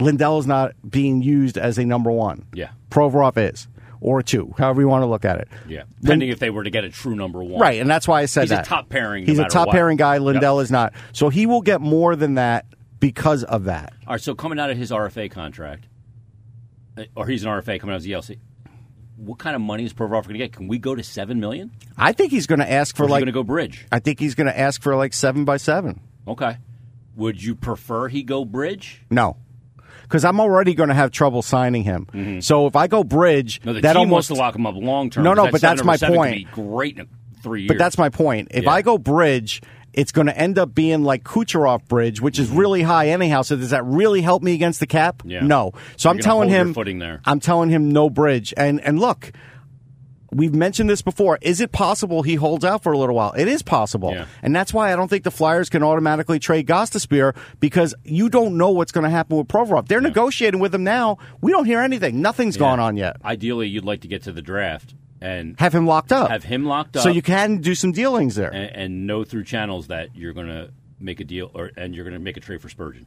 [SPEAKER 2] Lindell is not being used as a number one.
[SPEAKER 1] Yeah.
[SPEAKER 2] Provorov is, or two, however you want to look at it.
[SPEAKER 1] Yeah, depending if they were to get a true number one,
[SPEAKER 2] Right, and that's why I said
[SPEAKER 1] He's a
[SPEAKER 2] that.
[SPEAKER 1] top pairing no
[SPEAKER 2] He's a
[SPEAKER 1] matter
[SPEAKER 2] top
[SPEAKER 1] what.
[SPEAKER 2] pairing guy. Lindell is not, so he will get more than that because of that.
[SPEAKER 1] All right, so coming out of his RFA contract, uh, or he's an RFA coming out of the ELC, what kind of money is Provorov going to get? Can we go to seven million?
[SPEAKER 2] I think he's going to ask for
[SPEAKER 1] Or is he
[SPEAKER 2] like.
[SPEAKER 1] going to go bridge?
[SPEAKER 2] I think he's going to ask for like seven by seven.
[SPEAKER 1] Okay. Would you prefer he go bridge?
[SPEAKER 2] No. Because I'm already going to have trouble signing him. So if I go bridge,
[SPEAKER 1] Mm-hmm. No, the
[SPEAKER 2] that
[SPEAKER 1] team
[SPEAKER 2] almost
[SPEAKER 1] wants to lock him up long term.
[SPEAKER 2] No, no, but that's my
[SPEAKER 1] Be great in three years.
[SPEAKER 2] But that's my point. If
[SPEAKER 1] Yeah.
[SPEAKER 2] I go bridge, it's going to end up being like Kucherov bridge, which is really high anyhow. So does that really help me against the cap?
[SPEAKER 1] Mm-hmm. Yeah.
[SPEAKER 2] No. So
[SPEAKER 1] You're
[SPEAKER 2] I'm
[SPEAKER 1] gonna
[SPEAKER 2] telling
[SPEAKER 1] hold your
[SPEAKER 2] him
[SPEAKER 1] footing there.
[SPEAKER 2] I'm telling him no bridge. And and look, We've mentioned this before. Is it possible he holds out for a little while? It is possible.
[SPEAKER 1] Yeah.
[SPEAKER 2] And that's why I don't think the Flyers can automatically trade Gostisbehere because you don't know what's going to happen with Provorov. They're negotiating with him now. We don't hear anything. Nothing's gone on yet.
[SPEAKER 1] Ideally, you'd like to get to the draft and
[SPEAKER 2] Have him locked up.
[SPEAKER 1] have him locked up.
[SPEAKER 2] So you can do some dealings there.
[SPEAKER 1] and, and know through channels that you're going to make a deal or and you're going to make a trade for Spurgeon.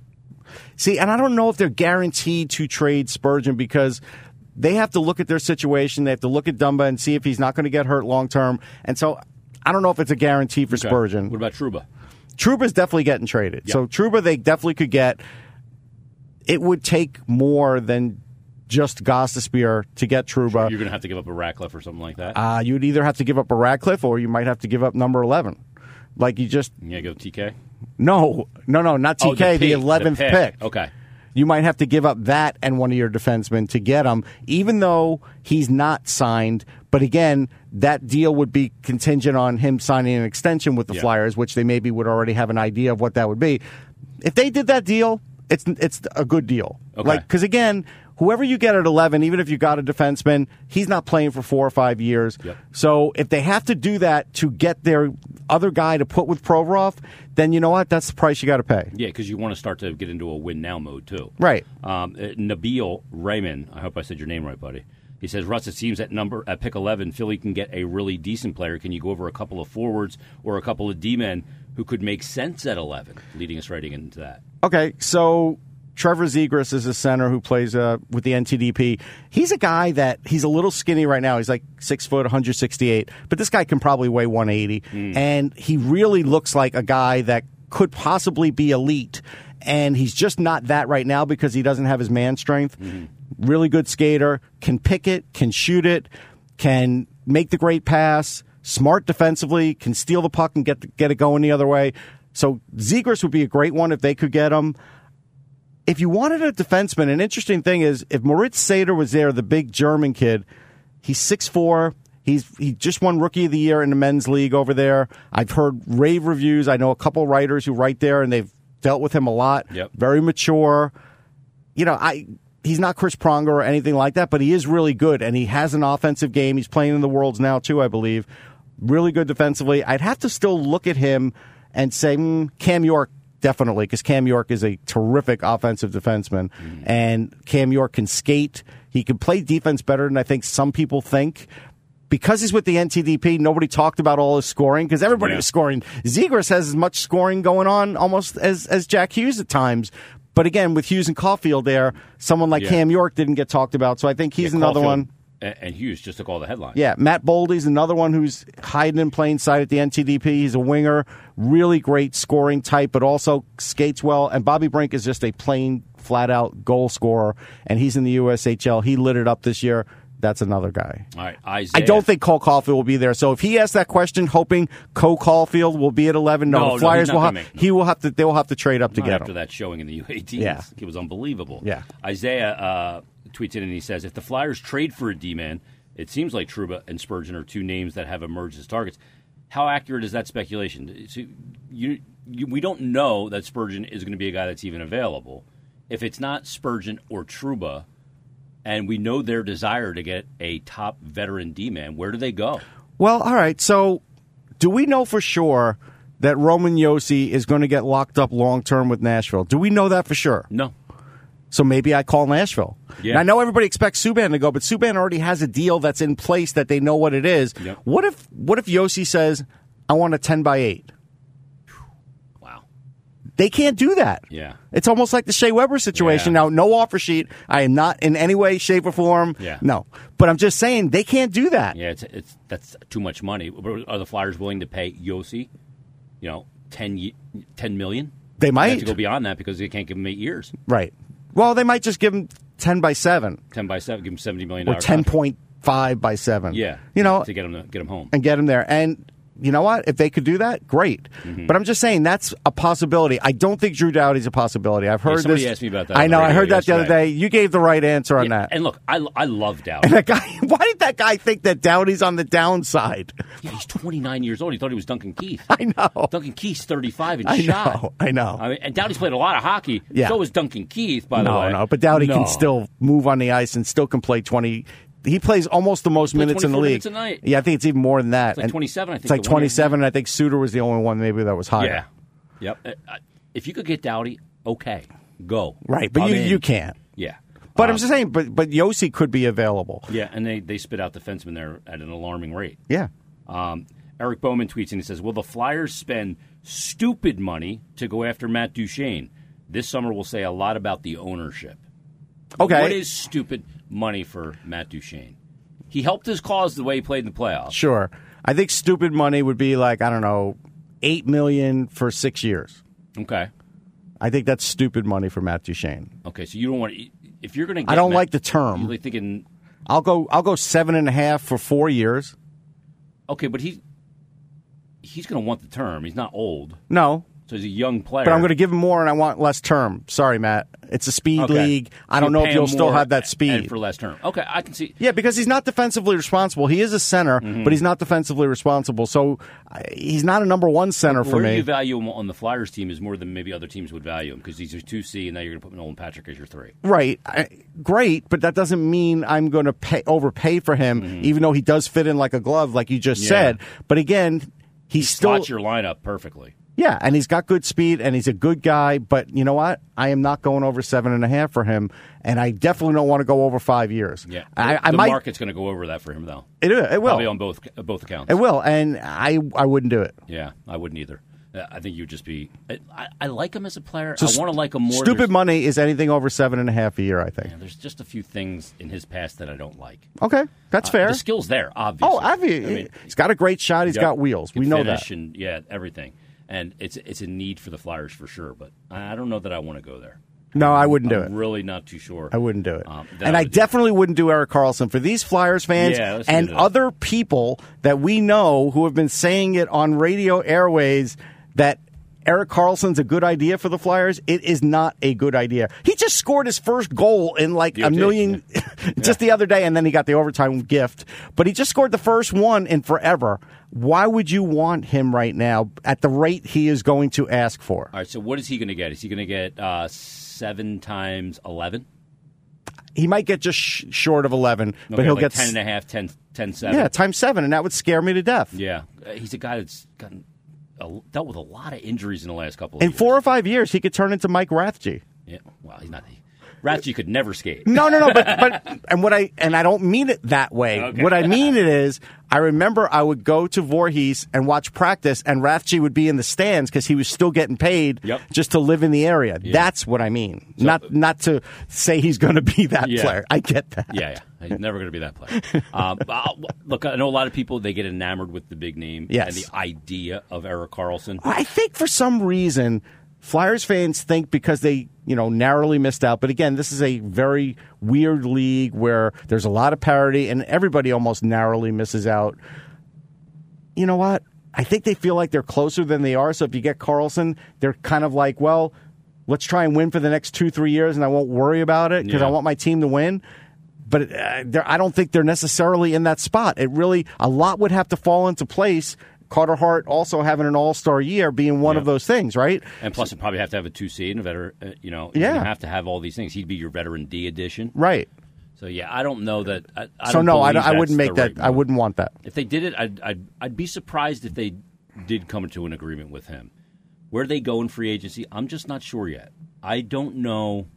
[SPEAKER 2] See, and I don't know if they're guaranteed to trade Spurgeon because they have to look at their situation. They have to look at Dumba and see if he's not going to get hurt long term. And so I don't know if it's a guarantee for
[SPEAKER 1] Okay.
[SPEAKER 2] Spurgeon.
[SPEAKER 1] What about Truba?
[SPEAKER 2] Truba's definitely getting traded. So Truba, they definitely could get. It would take more than just Gossespierre to get Truba.
[SPEAKER 1] You're going to have to give up a Ratcliffe or something like that.
[SPEAKER 2] Uh, you'd either have to give up a Radcliffe or you might have to give up number 11. Like you just.
[SPEAKER 1] you going to go TK?
[SPEAKER 2] No, no, no, not TK,
[SPEAKER 1] Oh,
[SPEAKER 2] the,
[SPEAKER 1] pick,
[SPEAKER 2] 11th
[SPEAKER 1] pick.
[SPEAKER 2] pick.
[SPEAKER 1] Okay.
[SPEAKER 2] You might have to give up that and one of your defensemen to get him, even though he's not signed. But again, that deal would be contingent on him signing an extension with the
[SPEAKER 1] Yeah.
[SPEAKER 2] Flyers, which they maybe would already have an idea of what that would be. If they did that deal, it's it's a good deal.
[SPEAKER 1] Okay.
[SPEAKER 2] Like because again, whoever you get at eleven, even if you got a defenseman, he's not playing for four or five years.
[SPEAKER 1] Yep.
[SPEAKER 2] So if they have to do that to get their other guy to put with Provorov, then you know what? That's the price you got to pay.
[SPEAKER 1] Yeah, because you want to start to get into a win now mode too.
[SPEAKER 2] Right.
[SPEAKER 1] Um, uh, Nabil Raymond, I hope I said your name right, buddy. He says, Russ, it seems at number at pick eleven, Philly can get a really decent player. Can you go over a couple of forwards or a couple of D men who could make sense at eleven, leading us right into that?
[SPEAKER 2] Okay, so Trevor Zegras is a center who plays uh, with the NTDP. He's a guy that he's a little skinny right now. He's like six foot, 168, but this guy can probably weigh 180, and he really looks like a guy that could possibly be elite. And he's just not that right now because he doesn't have his man strength. Really good skater, can pick it, can shoot it, can make the great pass, smart defensively, can steal the puck and get get it going the other way. So Zegers would be a great one if they could get him. If you wanted a defenseman, an interesting thing is if Moritz Sader was there, the big German kid, he's 6'4". He's he just won Rookie of the Year in the men's league over there. I've heard rave reviews. I know a couple writers who write there, and they've dealt with him a lot.
[SPEAKER 1] Yep.
[SPEAKER 2] Very mature you know, I he's not Chris Pronger or anything like that, but he is really good and he has an offensive game. He's playing in the Worlds now too, I believe. Really good defensively. I'd have to still look at him and say mm, Cam York definitely because Cam York is a terrific offensive defenseman and Cam York can skate. He can play defense better than I think some people think. Because he's with the NTDP, nobody talked about all his scoring because everybody
[SPEAKER 1] Yeah.
[SPEAKER 2] was scoring. Zegers has as much scoring going on almost as, as Jack Hughes at times. But again, with Hughes and Caulfield there, someone like
[SPEAKER 1] Yeah.
[SPEAKER 2] Cam York didn't get talked about. So I think he's
[SPEAKER 1] Yeah,
[SPEAKER 2] another
[SPEAKER 1] Caulfield
[SPEAKER 2] one.
[SPEAKER 1] a- and Hughes just took all the headlines.
[SPEAKER 2] Yeah, Matt Boldy's another one who's hiding in plain sight at the NTDP. He's a winger, really great scoring type, but also skates well. And Bobby Brink is just a plain, flat out goal scorer. And he's in the USHL. He lit it up this year. That's another guy.
[SPEAKER 1] All right, Isaiah.
[SPEAKER 2] I don't think Cole Caulfield will be there. So if he asks that question, hoping Cole Caulfield will be at eleven,
[SPEAKER 1] No,
[SPEAKER 2] no,
[SPEAKER 1] no,
[SPEAKER 2] the
[SPEAKER 1] he's
[SPEAKER 2] Flyers
[SPEAKER 1] not
[SPEAKER 2] will have
[SPEAKER 1] gonna make it.
[SPEAKER 2] he will have to they will have to trade up to
[SPEAKER 1] Not
[SPEAKER 2] get
[SPEAKER 1] after
[SPEAKER 2] him.
[SPEAKER 1] that showing in the U18s.
[SPEAKER 2] Yeah.
[SPEAKER 1] It was unbelievable.
[SPEAKER 2] Yeah.
[SPEAKER 1] Isaiah uh, tweets in and he says, if the Flyers trade for a D-man, it seems like Truba and Spurgeon are two names that have emerged as targets. How accurate is that speculation? So you, you, we don't know that Spurgeon is going to be a guy that's even available. If it's not Spurgeon or Truba, and we know their desire to get a top veteran D-man, where do they go?
[SPEAKER 2] Well, all right. So do we know for sure that Roman Yossi is going to get locked up long term with Nashville? Do we know that for sure?
[SPEAKER 1] No.
[SPEAKER 2] So maybe I call Nashville.
[SPEAKER 1] Yeah.
[SPEAKER 2] And I know everybody expects Subban to go, but Subban already has a deal that's in place that they know what it is.
[SPEAKER 1] Yep.
[SPEAKER 2] What if what if Yossi says, I want a ten by eight?
[SPEAKER 1] Wow.
[SPEAKER 2] They can't do that.
[SPEAKER 1] Yeah.
[SPEAKER 2] It's almost like the Shea Weber situation.
[SPEAKER 1] Yeah.
[SPEAKER 2] Now, no offer sheet. I am not in any way, shape, or form.
[SPEAKER 1] Yeah.
[SPEAKER 2] No. But I'm just saying they can't do that.
[SPEAKER 1] Yeah, it's, it's that's too much money. But Are the Flyers willing to pay Yossi, you know, 10, ye- 10 million?
[SPEAKER 2] They
[SPEAKER 1] They have
[SPEAKER 2] might.
[SPEAKER 1] to go beyond that because they can't give him eight years.
[SPEAKER 2] right. Well, they might just give him 10 by 7
[SPEAKER 1] Ten by seven, give him seventy million
[SPEAKER 2] or
[SPEAKER 1] dollars.
[SPEAKER 2] 10.5 by 7.
[SPEAKER 1] Yeah,
[SPEAKER 2] You know,
[SPEAKER 1] to get him to get him home.
[SPEAKER 2] and get him there. And you know what? If they could do that, great.
[SPEAKER 1] Mm-hmm.
[SPEAKER 2] But I'm just saying that's a possibility. I don't think Drew Dowdy's a possibility. I've heard
[SPEAKER 1] somebody
[SPEAKER 2] this.
[SPEAKER 1] asked me about that
[SPEAKER 2] I
[SPEAKER 1] on the
[SPEAKER 2] know. I
[SPEAKER 1] radio
[SPEAKER 2] heard that the other
[SPEAKER 1] yesterday.
[SPEAKER 2] day. You gave the right answer on
[SPEAKER 1] Yeah,
[SPEAKER 2] that.
[SPEAKER 1] and look, I, I love Dow.
[SPEAKER 2] that guy, why did that guy think that Dowdy's on the downside?
[SPEAKER 1] Yeah, he's twenty nine years old. He thought he was Duncan Keith.
[SPEAKER 2] I know.
[SPEAKER 1] Duncan Keith's thirty five and
[SPEAKER 2] I
[SPEAKER 1] shot.
[SPEAKER 2] know. I know.
[SPEAKER 1] I mean, and Dowdy's played a lot of hockey.
[SPEAKER 2] Yeah.
[SPEAKER 1] So was Duncan Keith, by the
[SPEAKER 2] no,
[SPEAKER 1] way.
[SPEAKER 2] no, but Dowdy
[SPEAKER 1] No.
[SPEAKER 2] can still move on the ice and still can play 20 he plays almost the most minutes in the
[SPEAKER 1] 24
[SPEAKER 2] league.
[SPEAKER 1] minutes a night.
[SPEAKER 2] Yeah, I think it's even more than that. It's
[SPEAKER 1] like 27, I think,
[SPEAKER 2] It's like
[SPEAKER 1] the one year.
[SPEAKER 2] 27, and I think Suter was the only one maybe that was higher.
[SPEAKER 1] Yeah. Yep. Uh, uh, If you could get Dowdy, okay, go.
[SPEAKER 2] Right, but
[SPEAKER 1] I'm
[SPEAKER 2] you,
[SPEAKER 1] in.
[SPEAKER 2] you can't.
[SPEAKER 1] Yeah.
[SPEAKER 2] But
[SPEAKER 1] Um,
[SPEAKER 2] I'm just saying, but but Yossi could be available.
[SPEAKER 1] yeah, and they, they spit out defensemen there at an alarming rate.
[SPEAKER 2] Yeah.
[SPEAKER 1] Um, Eric Bowman tweets and he says, "Will the Flyers spend stupid money to go after Matt Duchene This summer will say a lot about the ownership.
[SPEAKER 2] Okay.
[SPEAKER 1] What is stupid money for Matt Duchene? He helped his cause the way he played in the playoffs.
[SPEAKER 2] Sure. I think stupid money would be like, I don't know, 8 million for 6 years.
[SPEAKER 1] Okay.
[SPEAKER 2] I think that's stupid money for Matt Duchene.
[SPEAKER 1] Okay, so you don't want to. If you're going to,
[SPEAKER 2] I don't like the term.
[SPEAKER 1] You're really thinking,
[SPEAKER 2] I'll go I'll go seven and a half for 4 years.
[SPEAKER 1] okay, but he he's going to want the term. He's not old,
[SPEAKER 2] No.
[SPEAKER 1] so he's a young player.
[SPEAKER 2] But I'm going to give him more and I want less term. Sorry, Matt. It's a speed
[SPEAKER 1] Okay.
[SPEAKER 2] league. I
[SPEAKER 1] So
[SPEAKER 2] don't know
[SPEAKER 1] pay
[SPEAKER 2] if you'll
[SPEAKER 1] him
[SPEAKER 2] still
[SPEAKER 1] more
[SPEAKER 2] have that
[SPEAKER 1] a-
[SPEAKER 2] speed.
[SPEAKER 1] and for less term. Okay, I can see.
[SPEAKER 2] Yeah, because he's not defensively responsible. He is a center,
[SPEAKER 1] Mm-hmm.
[SPEAKER 2] but he's not defensively responsible. So I- he's not a number one center for
[SPEAKER 1] Where
[SPEAKER 2] me.
[SPEAKER 1] you value him on the Flyers team is more than maybe other teams would value him because he's your two C, and now you're going to put Nolan Patrick as your three.
[SPEAKER 2] right, I, great, but that doesn't mean I'm going to pay overpay for him, even though he does fit in like a glove, like you just
[SPEAKER 1] Mm-hmm. Yeah.
[SPEAKER 2] said. But again, he's still
[SPEAKER 1] Slots your lineup perfectly.
[SPEAKER 2] yeah, and he's got good speed and he's a good guy. But you know what? I am not going over seven and a half for him, and I definitely don't want to go over five years.
[SPEAKER 1] Yeah,
[SPEAKER 2] I, I
[SPEAKER 1] the
[SPEAKER 2] might.
[SPEAKER 1] market's going to go over that for him though.
[SPEAKER 2] it, it
[SPEAKER 1] Probably
[SPEAKER 2] will.
[SPEAKER 1] on both both accounts.
[SPEAKER 2] It will, and I I wouldn't do it.
[SPEAKER 1] yeah, I wouldn't either. Uh, I think you'd just be. I, I, I like him as a player.
[SPEAKER 2] So
[SPEAKER 1] I want to like him more.
[SPEAKER 2] Stupid
[SPEAKER 1] There's-
[SPEAKER 2] money is anything over seven and a half a year. I think.
[SPEAKER 1] Yeah, there's just a few things in his past that I don't like.
[SPEAKER 2] Okay, that's fair.
[SPEAKER 1] The skill's there, obviously.
[SPEAKER 2] Oh, obvi-
[SPEAKER 1] Uh, I mean,
[SPEAKER 2] he's got a great shot. He's
[SPEAKER 1] yep,
[SPEAKER 2] got wheels.
[SPEAKER 1] can
[SPEAKER 2] We know
[SPEAKER 1] finish
[SPEAKER 2] that.
[SPEAKER 1] and yeah, everything. And it's it's a need for the Flyers for sure. But I I don't know that I want to go there.
[SPEAKER 2] No, I wouldn't do
[SPEAKER 1] I'm
[SPEAKER 2] it.
[SPEAKER 1] Really, not too sure.
[SPEAKER 2] I wouldn't do it.
[SPEAKER 1] Um, that
[SPEAKER 2] and
[SPEAKER 1] I
[SPEAKER 2] I
[SPEAKER 1] would do.
[SPEAKER 2] definitely wouldn't do Eric Carlson for these Flyers fans
[SPEAKER 1] Yeah, let's
[SPEAKER 2] and
[SPEAKER 1] do that.
[SPEAKER 2] other people that we know who have been saying it on radio airways that Eric Carlson's a good idea for the Flyers. It is not a good idea. He just scored his first goal in like a
[SPEAKER 1] DOT,
[SPEAKER 2] million just the other day, and then he got the overtime gift. But he just scored the first one in forever. Why would you want him right now at the rate he is going to ask for?
[SPEAKER 1] All right. So what is he going to get? Is he going to get uh, seven times eleven?
[SPEAKER 2] he might get just sh- short of 11, but he'll
[SPEAKER 1] like
[SPEAKER 2] get
[SPEAKER 1] ten
[SPEAKER 2] s-
[SPEAKER 1] and a half, ten, ten seven.
[SPEAKER 2] yeah, times 7 and that would scare me to death.
[SPEAKER 1] yeah. Uh, He's a guy that's gotten a, dealt with a lot of injuries in the last couple of
[SPEAKER 2] In
[SPEAKER 1] years.
[SPEAKER 2] 4 or 5 years he could turn into Mike Rathje.
[SPEAKER 1] yeah. Well, he's not. He, Ratchy could never skate.
[SPEAKER 2] No, no, no, but but and what I and I don't mean it that way.
[SPEAKER 1] Okay.
[SPEAKER 2] What I mean it is I remember I would go to Voorhees and watch practice and Rathje would be in the stands cuz he was still getting paid
[SPEAKER 1] Yep.
[SPEAKER 2] just to live in the area. That's what I mean. not not to say he's going to be that
[SPEAKER 1] Yeah.
[SPEAKER 2] player. I get that.
[SPEAKER 1] Yeah, yeah. He's never going to be that player. Um, uh, look, I know a lot of people, they get enamored with the big name
[SPEAKER 2] Yes.
[SPEAKER 1] and the idea of Eric Carlson.
[SPEAKER 2] I think for some reason, Flyers fans think because they, you know, narrowly missed out. But again, this is a very weird league where there's a lot of parity and everybody almost narrowly misses out. You know what? I think they feel like they're closer than they are. So if you get Carlson, they're kind of like, well, let's try and win for the next two, three years and I won't worry about it because
[SPEAKER 1] Yeah.
[SPEAKER 2] I want my team to win. But uh, they're- I don't think they're necessarily in that spot. It really, a lot would have to fall into place. Carter Hart also having an all star year being one of those things, right?
[SPEAKER 1] And plus, you probably have to have a 2C and a veteran, uh, you know,
[SPEAKER 2] Yeah.
[SPEAKER 1] you have to have all these things. He'd be your veteran D edition.
[SPEAKER 2] Right.
[SPEAKER 1] So, yeah, I don't know that. I, I
[SPEAKER 2] so
[SPEAKER 1] don't
[SPEAKER 2] no, I,
[SPEAKER 1] believe
[SPEAKER 2] I
[SPEAKER 1] that's
[SPEAKER 2] wouldn't
[SPEAKER 1] the
[SPEAKER 2] make that.
[SPEAKER 1] right
[SPEAKER 2] I
[SPEAKER 1] move.
[SPEAKER 2] wouldn't want that.
[SPEAKER 1] If they did it, I'd, I'd, I'd be surprised if they did come to an agreement with him. Where they go in free agency, I'm just not sure yet. I don't know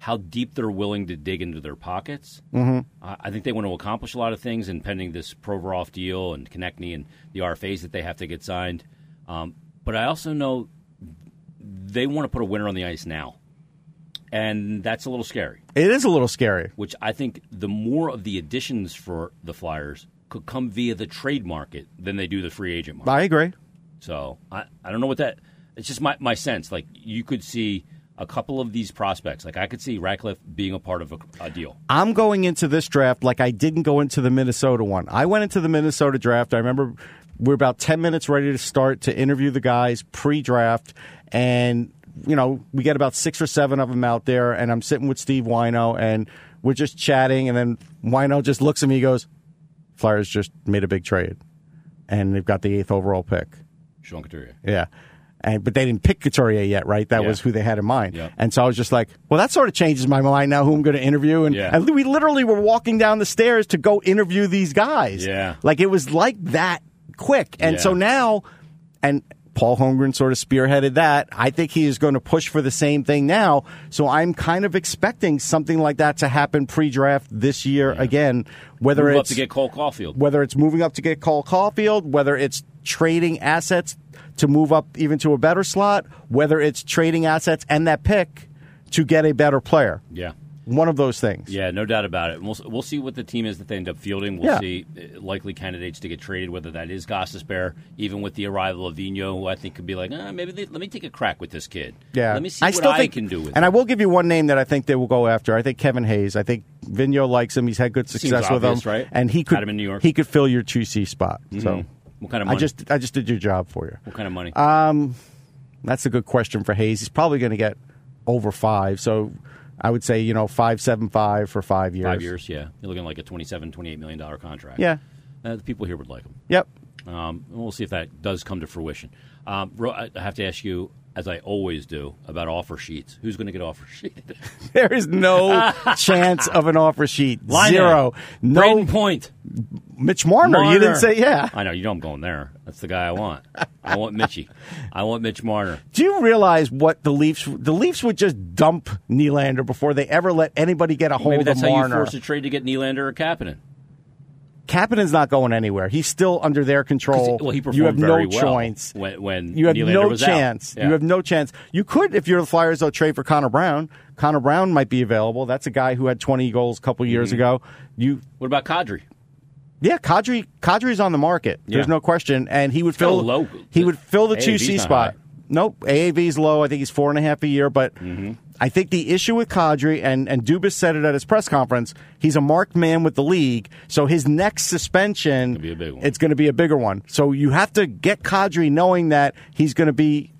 [SPEAKER 1] how deep they're willing to dig into their pockets. Mm-hmm. I, I think they want to accomplish a lot of things, and pending this Provorov deal and Konechny and the RFAs that they have to get signed. Um, but I also know they want to put a winner on the ice now, and that's a little scary
[SPEAKER 2] It is a little scary.
[SPEAKER 1] which I think the more of the additions for the Flyers could come via the trade market than they do the free agent market.
[SPEAKER 2] I agree.
[SPEAKER 1] So I, I don't know what that. It's just my, my sense. Like you could see a couple of these prospects. Like I could see Ratcliffe being a part of a, a deal.
[SPEAKER 2] I'm going into this draft like I didn't go into the Minnesota one. I went into the Minnesota draft. I remember we're about 10 minutes ready to start to interview the guys pre draft. And, you know, we get about six or seven of them out there. And I'm sitting with Steve Wino and we're just chatting. And then Wino just looks at me and goes, Flyers just made a big trade. And they've got the eighth overall pick.
[SPEAKER 1] Sean Couturier.
[SPEAKER 2] Yeah. And, but they didn't pick Couturier yet, right? That
[SPEAKER 1] Yeah.
[SPEAKER 2] was who they had in mind.
[SPEAKER 1] Yep.
[SPEAKER 2] And so I was just like, well, that sort of changes my mind now who I'm going to interview. And,
[SPEAKER 1] Yeah.
[SPEAKER 2] and we literally were walking down the stairs to go interview these guys.
[SPEAKER 1] Yeah.
[SPEAKER 2] Like it was like that quick. And
[SPEAKER 1] Yeah.
[SPEAKER 2] so now, and Paul Holmgren sort of spearheaded that. I think he is going to push for the same thing now. So I'm kind of expecting something like that to happen pre draft this year again, whether
[SPEAKER 1] Move up
[SPEAKER 2] it's
[SPEAKER 1] to get Cole Caulfield.
[SPEAKER 2] whether it's moving up to get Cole Caulfield, whether it's trading assets to move up even to a better slot, whether it's trading assets and that pick to get a better player.
[SPEAKER 1] Yeah.
[SPEAKER 2] One of those things.
[SPEAKER 1] Yeah, no doubt about it. And We'll we'll see what the team is that they end up fielding. We'll
[SPEAKER 2] Yeah.
[SPEAKER 1] see uh, likely candidates to get traded, whether that is Gossesbear, even with the arrival of Vino, who I think could be like, ah, maybe they, let me take a crack with this kid.
[SPEAKER 2] Yeah.
[SPEAKER 1] let me see what I can do with.
[SPEAKER 2] And I
[SPEAKER 1] him.
[SPEAKER 2] will give you one name that I think they will go after. I think Kevin Hayes. I think Vigneault likes him. He's had good success with
[SPEAKER 1] obvious,
[SPEAKER 2] him.
[SPEAKER 1] right?
[SPEAKER 2] And he could
[SPEAKER 1] Had him in New York. Mm-hmm.
[SPEAKER 2] he could fill your 2C spot. So
[SPEAKER 1] what kind of
[SPEAKER 2] I
[SPEAKER 1] money?
[SPEAKER 2] just uh, I just did your job for you.
[SPEAKER 1] what kind of money?
[SPEAKER 2] That's a good question for Hayes. He's probably going to get over 5. So I would say, you know, 575 for 5 years.
[SPEAKER 1] Five years. Yeah, you're looking like a 27 $28 million dollar contract.
[SPEAKER 2] Yeah.
[SPEAKER 1] uh, the people here would like him.
[SPEAKER 2] Yep.
[SPEAKER 1] Um, and we'll see if that does come to fruition. Um, Ro- I I have to ask you, as I always do, about offer sheets. Who's going to get offer sheet?
[SPEAKER 2] There is no chance of an offer sheet.
[SPEAKER 1] Line
[SPEAKER 2] Zero. No,
[SPEAKER 1] Braden Point.
[SPEAKER 2] Mitch Marner, You didn't
[SPEAKER 1] Marner.
[SPEAKER 2] say yeah.
[SPEAKER 1] I know. You know I'm going there. That's the guy I want. I want Mitchie. I want Mitch Marner.
[SPEAKER 2] Do you realize what the Leafs? The Leafs would just dump Nylander before they ever let anybody get a hold
[SPEAKER 1] Maybe that's
[SPEAKER 2] of
[SPEAKER 1] how you
[SPEAKER 2] Marner.
[SPEAKER 1] force a trade to get Nylander or Kapanen.
[SPEAKER 2] Kapanen's not going anywhere. He's still under their control.
[SPEAKER 1] Well, he performed
[SPEAKER 2] you have
[SPEAKER 1] very
[SPEAKER 2] no
[SPEAKER 1] well
[SPEAKER 2] chance.
[SPEAKER 1] when, when
[SPEAKER 2] You have
[SPEAKER 1] Nylander
[SPEAKER 2] no
[SPEAKER 1] was out.
[SPEAKER 2] chance.
[SPEAKER 1] Yeah.
[SPEAKER 2] You have no chance. You could, if you're the Flyers, though, trade for Connor Brown. Connor Brown might be available. That's a guy who had 20 goals a couple
[SPEAKER 1] Mm-hmm.
[SPEAKER 2] years ago. You
[SPEAKER 1] What about Kadri?
[SPEAKER 2] Yeah, Kadri Kadri's on the market. There's
[SPEAKER 1] Yeah.
[SPEAKER 2] no question, and he would
[SPEAKER 1] kinda
[SPEAKER 2] fill
[SPEAKER 1] low.
[SPEAKER 2] he would fill the two
[SPEAKER 1] AAV's
[SPEAKER 2] C
[SPEAKER 1] not
[SPEAKER 2] spot.
[SPEAKER 1] high.
[SPEAKER 2] Nope, AAV's low. I think he's four and a half a year, but
[SPEAKER 1] Mm-hmm.
[SPEAKER 2] I think the issue with Kadri and and Dubas said it at his press conference. He's a marked man with the league, so his next suspension
[SPEAKER 1] be a big one.
[SPEAKER 2] it's going to be a bigger one. So you have to get Kadri knowing that he's going to be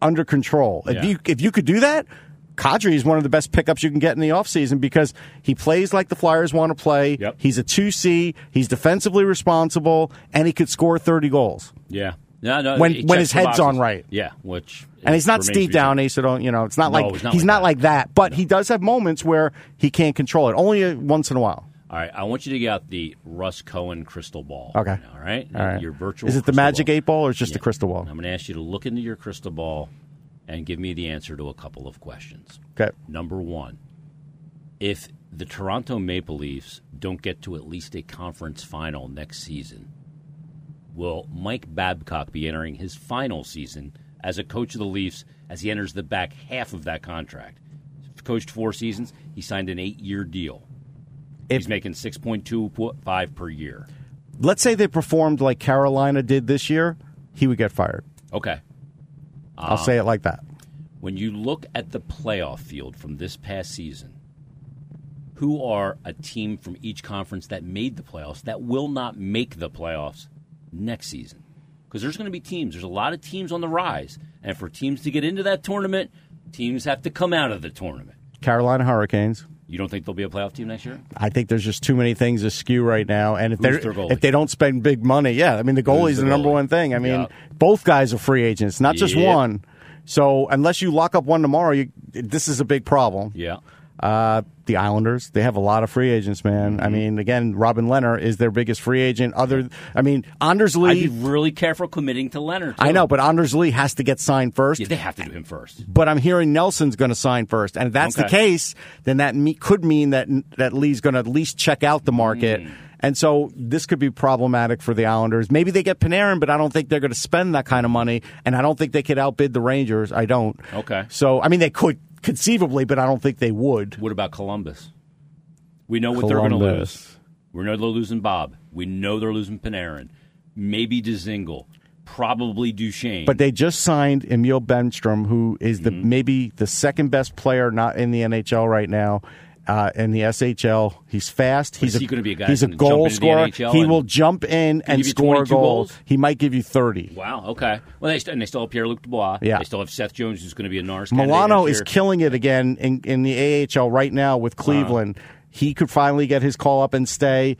[SPEAKER 2] under control. If
[SPEAKER 1] Yeah.
[SPEAKER 2] you if you could do that, Kadri is one of the best pickups you can get in the offseason because he plays like the Flyers want to play.
[SPEAKER 1] Yep.
[SPEAKER 2] He's a 2C, he's defensively responsible, and he could score 30 goals.
[SPEAKER 1] Yeah. No, no.
[SPEAKER 2] When-
[SPEAKER 1] he
[SPEAKER 2] when
[SPEAKER 1] checks
[SPEAKER 2] his
[SPEAKER 1] the
[SPEAKER 2] head's on
[SPEAKER 1] boxes.
[SPEAKER 2] right.
[SPEAKER 1] Yeah. Which
[SPEAKER 2] And he's not
[SPEAKER 1] remains to
[SPEAKER 2] Steve
[SPEAKER 1] be seen.
[SPEAKER 2] Downey, so don't, you know, it's not
[SPEAKER 1] No,
[SPEAKER 2] like
[SPEAKER 1] he's not
[SPEAKER 2] he's
[SPEAKER 1] like
[SPEAKER 2] not
[SPEAKER 1] that.
[SPEAKER 2] like that, but he does have moments where he can't control it only uh, once in a while.
[SPEAKER 1] All right, I want you to get out the Russ Cohen crystal ball.
[SPEAKER 2] Okay.
[SPEAKER 1] All right.
[SPEAKER 2] All right.
[SPEAKER 1] Your virtual.
[SPEAKER 2] Is it the
[SPEAKER 1] crystal
[SPEAKER 2] magic
[SPEAKER 1] ball.
[SPEAKER 2] eight ball or just the
[SPEAKER 1] Yeah.
[SPEAKER 2] crystal ball?
[SPEAKER 1] And I'm going to ask you to look into your crystal ball and give me the answer to a couple of questions.
[SPEAKER 2] Okay.
[SPEAKER 1] Number one, if the Toronto Maple Leafs don't get to at least a conference final next season, will Mike Babcock be entering his final season as a coach of the Leafs as he enters the back half of that contract? He's coached four seasons. He signed an eight-year deal.
[SPEAKER 2] If-
[SPEAKER 1] He's making six point two five per year.
[SPEAKER 2] Let's say they performed like Carolina did this year, he would get fired.
[SPEAKER 1] Okay. Ah.
[SPEAKER 2] I'll say it like that.
[SPEAKER 1] When you look at the playoff field from this past season, who are a team from each conference that made the playoffs that will not make the playoffs next season? Because there's going to be teams. There's a lot of teams on the rise. And for teams to get into that tournament, teams have to come out of the tournament.
[SPEAKER 2] Carolina Hurricanes.
[SPEAKER 1] You don't think there'll be a playoff team next year?
[SPEAKER 2] I think there's just too many things askew right now, and if they
[SPEAKER 1] their goalie?
[SPEAKER 2] if they don't spend big money, yeah, I mean the goalie's
[SPEAKER 1] the
[SPEAKER 2] the, number
[SPEAKER 1] goalie?
[SPEAKER 2] one thing. I mean,
[SPEAKER 1] Yeah.
[SPEAKER 2] both guys are free agents, not just
[SPEAKER 1] Yep.
[SPEAKER 2] one. So unless you lock up one tomorrow, you, this is a big problem.
[SPEAKER 1] Yeah.
[SPEAKER 2] Uh, the Islanders, they have a lot of free agents, man.
[SPEAKER 1] Mm-hmm.
[SPEAKER 2] I mean, again, Robin Leonard is their biggest free agent. Other, I mean, Anders
[SPEAKER 1] I'd be
[SPEAKER 2] Lee.
[SPEAKER 1] really careful committing to Leonard.
[SPEAKER 2] I
[SPEAKER 1] too.
[SPEAKER 2] know, but Anders Lee has to get signed first.
[SPEAKER 1] Yeah, they have to do him first.
[SPEAKER 2] But I'm hearing Nelson's going to sign first, and if that's the
[SPEAKER 1] Okay.
[SPEAKER 2] case, then that me- could mean that that Lee's going to at least check out the market,
[SPEAKER 1] Mm.
[SPEAKER 2] and so this could be problematic for the Islanders. Maybe they get Panarin, but I don't think they're going to spend that kind of money, and I don't think they could outbid the Rangers. I don't.
[SPEAKER 1] Okay.
[SPEAKER 2] So I mean, they could conceivably, but I don't think they would.
[SPEAKER 1] What about Columbus? We know what they're going to lose.
[SPEAKER 2] Columbus.
[SPEAKER 1] We know they're losing Bob. We know they're losing Panarin. Maybe Dezingle. Probably Duchesne.
[SPEAKER 2] But they just signed Emil Benstrom, who is the
[SPEAKER 1] Mm-hmm.
[SPEAKER 2] maybe the second best player not in the NHL right now. Uh, in the SHL, he's fast. He's
[SPEAKER 1] is
[SPEAKER 2] a,
[SPEAKER 1] he gonna be a guy
[SPEAKER 2] He's a
[SPEAKER 1] that's gonna jump
[SPEAKER 2] goal
[SPEAKER 1] into the
[SPEAKER 2] scorer.
[SPEAKER 1] NHL
[SPEAKER 2] He
[SPEAKER 1] and
[SPEAKER 2] will jump in and
[SPEAKER 1] give you
[SPEAKER 2] score
[SPEAKER 1] 22
[SPEAKER 2] goals.
[SPEAKER 1] goals?
[SPEAKER 2] He might give you thirty.
[SPEAKER 1] wow, okay. Well, they st- and they still have Pierre Luc Dubois.
[SPEAKER 2] Yeah.
[SPEAKER 1] They still have Seth Jones, who's going to be a NARS. candidate
[SPEAKER 2] Milano
[SPEAKER 1] next
[SPEAKER 2] is
[SPEAKER 1] year.
[SPEAKER 2] killing it again in, in the AHL right now with Cleveland. He could finally get his call up and stay.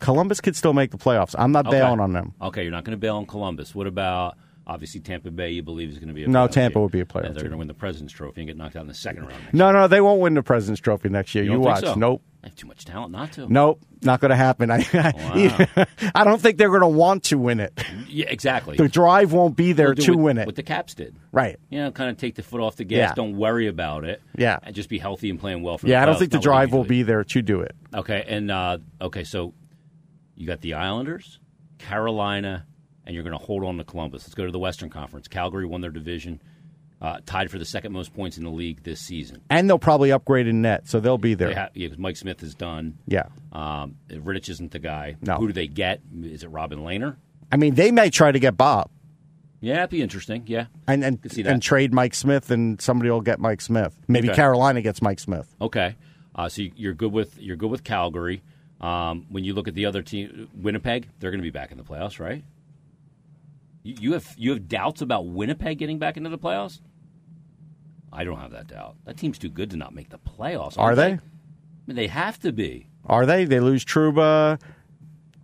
[SPEAKER 2] Columbus could still make the playoffs. I'm not
[SPEAKER 1] Okay.
[SPEAKER 2] bailing on them.
[SPEAKER 1] Okay, you're not going to bail on Columbus. What about Obviously, Tampa Bay, you believe, is going to be a
[SPEAKER 2] No,
[SPEAKER 1] playoff
[SPEAKER 2] Tampa
[SPEAKER 1] team.
[SPEAKER 2] would be a playoff
[SPEAKER 1] And
[SPEAKER 2] team.
[SPEAKER 1] They're going to win the President's Trophy and get knocked out in the second round. Next
[SPEAKER 2] No, no, they won't win the President's Trophy next year. You,
[SPEAKER 1] don't
[SPEAKER 2] watch.
[SPEAKER 1] Think so?
[SPEAKER 2] Nope.
[SPEAKER 1] I have too much talent not to.
[SPEAKER 2] Nope. Not going to happen. I,
[SPEAKER 1] Oh,
[SPEAKER 2] I don't think they're going to want to win it.
[SPEAKER 1] Yeah, exactly.
[SPEAKER 2] The drive won't be there
[SPEAKER 1] Do
[SPEAKER 2] to
[SPEAKER 1] what-
[SPEAKER 2] win it.
[SPEAKER 1] What the Caps did.
[SPEAKER 2] right.
[SPEAKER 1] You know, kind of take the foot off the gas.
[SPEAKER 2] Yeah.
[SPEAKER 1] Don't worry about it.
[SPEAKER 2] Yeah.
[SPEAKER 1] And just be healthy and playing well for
[SPEAKER 2] Yeah,
[SPEAKER 1] the
[SPEAKER 2] I don't
[SPEAKER 1] playoffs,
[SPEAKER 2] think the
[SPEAKER 1] not what they
[SPEAKER 2] drive will
[SPEAKER 1] usually-
[SPEAKER 2] be there to do it.
[SPEAKER 1] Okay, and uh, okay, so you got the Islanders, Carolina, and you're going to hold on to Columbus. Let's go to the Western Conference. Calgary won their division, uh, tied for the second most points in the league this season.
[SPEAKER 2] And they'll probably upgrade in net, so they'll be there.
[SPEAKER 1] They ha- yeah, 'cause Mike Smith is done.
[SPEAKER 2] Yeah.
[SPEAKER 1] Um, Riddich isn't the guy.
[SPEAKER 2] No.
[SPEAKER 1] Who do they get? Is it Robin Lehner?
[SPEAKER 2] I mean, they may try to get Bob
[SPEAKER 1] Yeah, that'd be interesting. Yeah.
[SPEAKER 2] and and,
[SPEAKER 1] see that.
[SPEAKER 2] and trade Mike Smith, and somebody will get Mike Smith. Maybe
[SPEAKER 1] Okay.
[SPEAKER 2] Carolina gets Mike Smith.
[SPEAKER 1] Okay. Uh, so you- you're good with you're good with Calgary. Um, when you look at the other team, Winnipeg, they're going to be back in the playoffs, right? You, you have you have doubts about Winnipeg getting back into the playoffs? I don't have that doubt. That team's too good to not make the playoffs. aren't
[SPEAKER 2] Are
[SPEAKER 1] I
[SPEAKER 2] they?
[SPEAKER 1] mean, they have to be.
[SPEAKER 2] Are they? They lose Truba.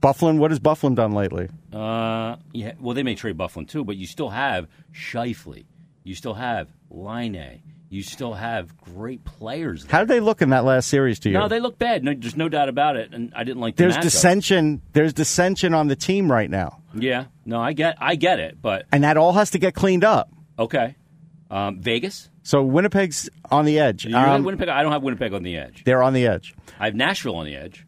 [SPEAKER 2] Bufflin. What has Bufflin done lately?
[SPEAKER 1] Uh, yeah. Well, they may trade Bufflin too, but you still have Shifley. You still have Line. You still have great players.
[SPEAKER 2] How did they look in that last series to you?
[SPEAKER 1] No, they look bad. No, there's no doubt about it. And I didn't like. The
[SPEAKER 2] There's
[SPEAKER 1] matchup.
[SPEAKER 2] dissension. There's dissension on the team right now,
[SPEAKER 1] Yeah, no, I get, I get it, but
[SPEAKER 2] and that all has to get cleaned up.
[SPEAKER 1] okay. Um, Vegas,
[SPEAKER 2] So Winnipeg's on the edge.
[SPEAKER 1] you really
[SPEAKER 2] Um,
[SPEAKER 1] Winnipeg. I don't have Winnipeg on the edge.
[SPEAKER 2] they're on the edge.
[SPEAKER 1] I have Nashville on the edge.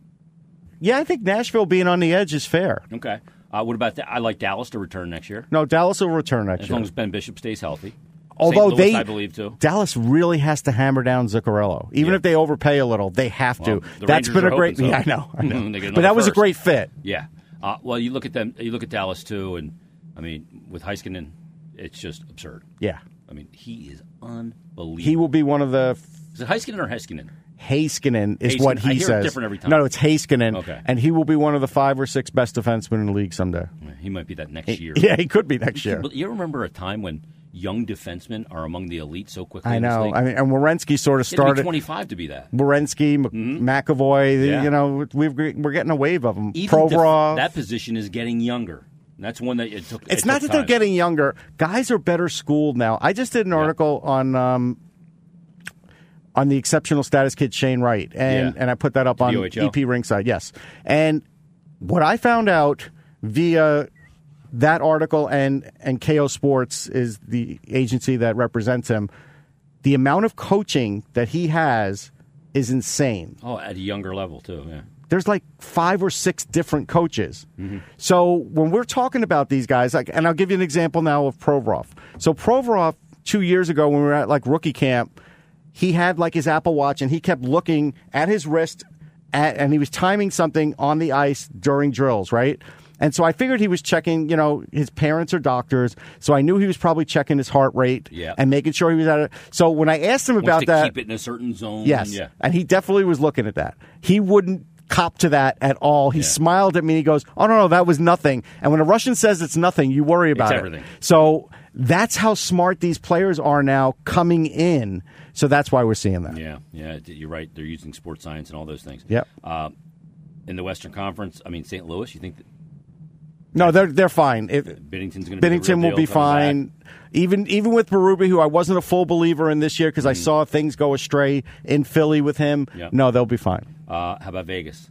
[SPEAKER 2] Yeah, I think Nashville being on the edge is fair.
[SPEAKER 1] Okay. Uh, what about that? I like Dallas to return next year,
[SPEAKER 2] No, Dallas will return next
[SPEAKER 1] as
[SPEAKER 2] year.
[SPEAKER 1] long as Ben Bishop stays healthy.
[SPEAKER 2] Although
[SPEAKER 1] St. Louis,
[SPEAKER 2] they-
[SPEAKER 1] I believe too.
[SPEAKER 2] Dallas really has to hammer down Zuccarello, even if they overpay a little. They have to.
[SPEAKER 1] Well, the
[SPEAKER 2] That's
[SPEAKER 1] Rangers
[SPEAKER 2] been
[SPEAKER 1] are
[SPEAKER 2] a great.
[SPEAKER 1] hoping so.
[SPEAKER 2] Yeah, I know. I know.
[SPEAKER 1] They get
[SPEAKER 2] but
[SPEAKER 1] another
[SPEAKER 2] that was a
[SPEAKER 1] first.
[SPEAKER 2] great fit.
[SPEAKER 1] Yeah. Uh, well, you look at them. You look at Dallas too, and I mean, with Heiskanen, it's just absurd.
[SPEAKER 2] Yeah,
[SPEAKER 1] I mean, he is unbelievable.
[SPEAKER 2] he will be one of the.
[SPEAKER 1] is it Heiskanen or Heiskanen?
[SPEAKER 2] Haskinen is
[SPEAKER 1] Heiskanen.
[SPEAKER 2] what he
[SPEAKER 1] I hear it
[SPEAKER 2] says.
[SPEAKER 1] different every time.
[SPEAKER 2] No, it's Haskinen,
[SPEAKER 1] Okay.
[SPEAKER 2] and he will be one of the five or six best defensemen in the league someday.
[SPEAKER 1] He might be that next year.
[SPEAKER 2] Yeah, he could be next year.
[SPEAKER 1] Well, you remember a time when young defensemen are among the elite so quickly?
[SPEAKER 2] I
[SPEAKER 1] in this
[SPEAKER 2] know.
[SPEAKER 1] league?
[SPEAKER 2] I mean, and Wierenski sort of
[SPEAKER 1] You have to be
[SPEAKER 2] started.
[SPEAKER 1] 25 to be that.
[SPEAKER 2] Wierenski, Mc- McAvoy. the-
[SPEAKER 1] Mm-hmm. Yeah.
[SPEAKER 2] You know, we've, we're getting a wave of them.
[SPEAKER 1] Even def-
[SPEAKER 2] Provorov.
[SPEAKER 1] that position is getting younger. And that's one that it took.
[SPEAKER 2] it's
[SPEAKER 1] it
[SPEAKER 2] not
[SPEAKER 1] took
[SPEAKER 2] that they're
[SPEAKER 1] time.
[SPEAKER 2] getting younger. Guys are better schooled now. I just did an article on um, on the exceptional status kid Shane Wright, and
[SPEAKER 1] Yeah.
[SPEAKER 2] and I put that up on
[SPEAKER 1] OHL.
[SPEAKER 2] EP Ringside. Yes, and what I found out via that article and and KO Sports is the agency that represents him. The amount of coaching that he has is insane
[SPEAKER 1] Oh, at a younger level too. Yeah.
[SPEAKER 2] there's like five or six different coaches. So when we're talking about these guys, like, and I'll give you an example now of Provorov. So Provorov, two years ago when we were at like rookie camp, he had like his Apple Watch and he kept looking at his wrist, at, and he was timing something on the ice during drills, right? And so I figured he was checking, you know, his parents are doctors, so I knew he was probably checking his heart rate
[SPEAKER 1] Yeah.
[SPEAKER 2] and making sure he was at it. So when I asked him
[SPEAKER 1] Wants
[SPEAKER 2] about
[SPEAKER 1] to
[SPEAKER 2] that,
[SPEAKER 1] keep it in a certain zone.
[SPEAKER 2] Yes.
[SPEAKER 1] Yeah.
[SPEAKER 2] And he definitely was looking at that. He wouldn't cop to that at all. He smiled at me and he goes, Oh, no, no, that was nothing. And when a Russian says it's nothing, you worry about it.
[SPEAKER 1] everything.
[SPEAKER 2] So that's how smart these players are now coming in. So that's why we're seeing that.
[SPEAKER 1] Yeah. Yeah. d- You're right. They're using sports science and all those things.
[SPEAKER 2] Yep.
[SPEAKER 1] Uh, in the Western Conference, I mean St. Louis. You think that
[SPEAKER 2] No, they're, they're fine. If,
[SPEAKER 1] Bennington's going to
[SPEAKER 2] Bennington
[SPEAKER 1] be the real
[SPEAKER 2] will be
[SPEAKER 1] deal, coming back?
[SPEAKER 2] fine. Even even with Baruby, who I wasn't a full believer in this year because I
[SPEAKER 1] Mm.
[SPEAKER 2] saw things go astray in Philly with him.
[SPEAKER 1] Yep.
[SPEAKER 2] No, they'll be fine.
[SPEAKER 1] Uh, how about Vegas?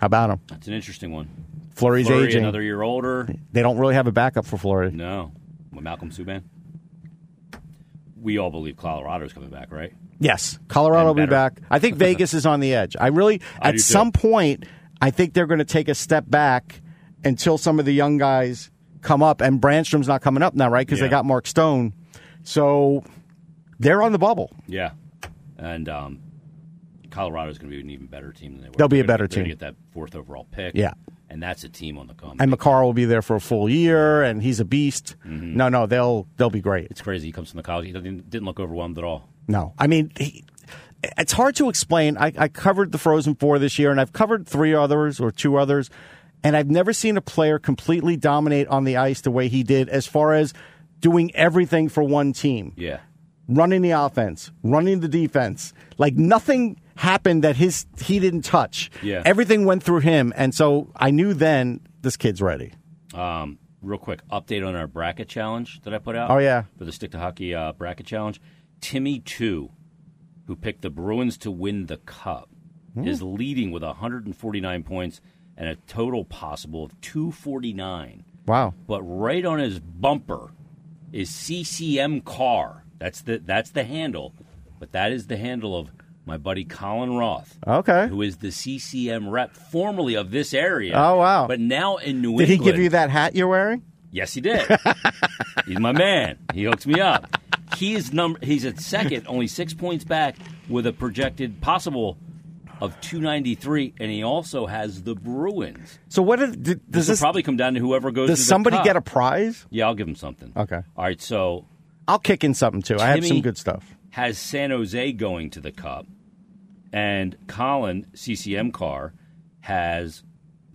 [SPEAKER 2] How about him?
[SPEAKER 1] That's an interesting one.
[SPEAKER 2] Flurry's
[SPEAKER 1] Fleury,
[SPEAKER 2] aging.
[SPEAKER 1] another year older.
[SPEAKER 2] They don't really have a backup for Flurry.
[SPEAKER 1] No. Well, Malcolm Subban. We all believe Colorado's coming back, right?
[SPEAKER 2] Yes, Colorado will be
[SPEAKER 1] better.
[SPEAKER 2] back. I think Vegas is on the edge. I really,
[SPEAKER 1] I do
[SPEAKER 2] at
[SPEAKER 1] too.
[SPEAKER 2] some point, I think they're going to take a step back until some of the young guys come up. And Branstrom's not coming up now, right? Because
[SPEAKER 1] Yeah.
[SPEAKER 2] they got Mark Stone, so they're on the bubble.
[SPEAKER 1] Yeah, and um, Colorado's going to be an even better team than they were.
[SPEAKER 2] They'll be a
[SPEAKER 1] They're
[SPEAKER 2] better
[SPEAKER 1] gonna-
[SPEAKER 2] team.
[SPEAKER 1] They're going to get that fourth overall pick.
[SPEAKER 2] Yeah.
[SPEAKER 1] and that's a team on the come.
[SPEAKER 2] And McCarr will be there for a full year, and he's a beast.
[SPEAKER 1] Mm-hmm.
[SPEAKER 2] No, no, they'll they'll be great.
[SPEAKER 1] it's crazy. He comes from the college. He doesn't, didn't look overwhelmed at all.
[SPEAKER 2] No, I mean, he, it's hard to explain. I, I covered the Frozen Four this year, and I've covered three others or two others, and I've never seen a player completely dominate on the ice the way he did, as far as doing everything for one team,
[SPEAKER 1] Yeah,
[SPEAKER 2] running the offense, running the defense, like nothing happened that his he didn't touch.
[SPEAKER 1] Yeah.
[SPEAKER 2] everything went through him, and so I knew then this kid's ready.
[SPEAKER 1] Um, real quick update on our bracket challenge that I put out.
[SPEAKER 2] Oh, yeah.
[SPEAKER 1] for the stick to hockey uh, bracket challenge, Timmy Two, who picked the Bruins to win the Cup,
[SPEAKER 2] Hmm.
[SPEAKER 1] is leading with 149 points and a total possible of 249.
[SPEAKER 2] Wow.
[SPEAKER 1] But right on his bumper is CCM Car. That's the that's the handle, but that is the handle of my buddy Colin Roth
[SPEAKER 2] Okay.
[SPEAKER 1] who is the CCM rep, formerly of this area.
[SPEAKER 2] Oh, wow.
[SPEAKER 1] But now in New
[SPEAKER 2] Did he
[SPEAKER 1] England.
[SPEAKER 2] give you that hat you're wearing?
[SPEAKER 1] Yes, he did. he's my man. He hooked me up. He is number. He's at second, only six points back, with a projected possible of 293, and he also has the Bruins.
[SPEAKER 2] So what did, did does
[SPEAKER 1] This will
[SPEAKER 2] this
[SPEAKER 1] probably come down to whoever goes. to
[SPEAKER 2] does
[SPEAKER 1] the
[SPEAKER 2] somebody
[SPEAKER 1] cup.
[SPEAKER 2] get a prize?
[SPEAKER 1] Yeah, I'll give him something.
[SPEAKER 2] Okay.
[SPEAKER 1] All right. So
[SPEAKER 2] I'll kick in something too. I have some
[SPEAKER 1] Timmy-
[SPEAKER 2] good stuff.
[SPEAKER 1] has San Jose going to the Cup, and Colin CCM Carr has.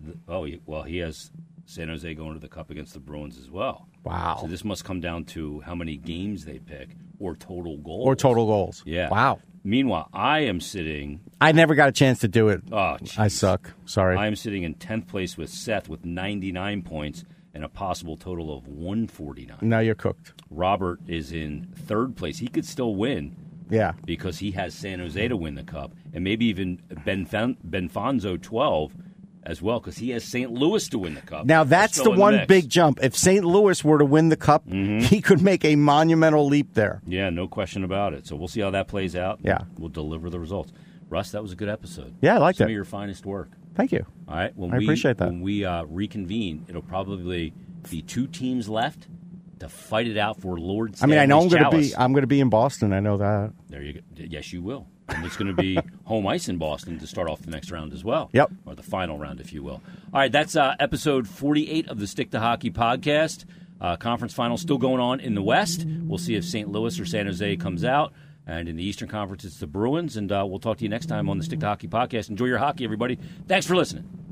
[SPEAKER 1] The, oh he- well, he has San Jose going to the Cup against the Bruins as well.
[SPEAKER 2] Wow.
[SPEAKER 1] So this must come down to how many games they pick or total goals.
[SPEAKER 2] or total goals.
[SPEAKER 1] Yeah.
[SPEAKER 2] Wow.
[SPEAKER 1] Meanwhile, I am sitting.
[SPEAKER 2] I never got a chance to do it.
[SPEAKER 1] Oh, jeez.
[SPEAKER 2] I suck. Sorry.
[SPEAKER 1] I am sitting in tenth place with Seth with ninety nine points and a possible total of one forty nine.
[SPEAKER 2] now you're cooked.
[SPEAKER 1] Robert is in third place. He could still win.
[SPEAKER 2] Yeah.
[SPEAKER 1] because he has San Jose to win the cup, and maybe even Ben Benfonzo twelve as well, because he has St. Louis to win the cup.
[SPEAKER 2] Now
[SPEAKER 1] They're
[SPEAKER 2] that's
[SPEAKER 1] still
[SPEAKER 2] the
[SPEAKER 1] in
[SPEAKER 2] one
[SPEAKER 1] mix. Mm-hmm.
[SPEAKER 2] big jump. If St. Louis were to win the cup, he could make a monumental leap there.
[SPEAKER 1] Yeah, no question about it. So we'll see how that plays out.
[SPEAKER 2] Yeah.
[SPEAKER 1] we'll deliver the results. Russ, that was a good episode.
[SPEAKER 2] Yeah, I liked
[SPEAKER 1] Some
[SPEAKER 2] it.
[SPEAKER 1] of your finest work.
[SPEAKER 2] Thank you.
[SPEAKER 1] All right, when
[SPEAKER 2] I
[SPEAKER 1] we,
[SPEAKER 2] appreciate that.
[SPEAKER 1] When we uh, reconvene, it'll probably be two teams left to fight it out for Lord.
[SPEAKER 2] I mean, I know I'm
[SPEAKER 1] Stanley's
[SPEAKER 2] going to
[SPEAKER 1] chalice.
[SPEAKER 2] be I'm going to be in Boston. I know that.
[SPEAKER 1] There you go. Yes, you will. And it's going to be home ice in Boston to start off the next round as well.
[SPEAKER 2] Yep.
[SPEAKER 1] Or the final round, if you will. All right, that's uh, episode 48 of the Stick to Hockey podcast. Uh, conference final still going on in the West. We'll see if St. Louis or San Jose comes out. And in the Eastern Conference, it's the Bruins. And uh, we'll talk to you next time on the Stick to Hockey podcast. Enjoy your hockey, everybody. Thanks for listening.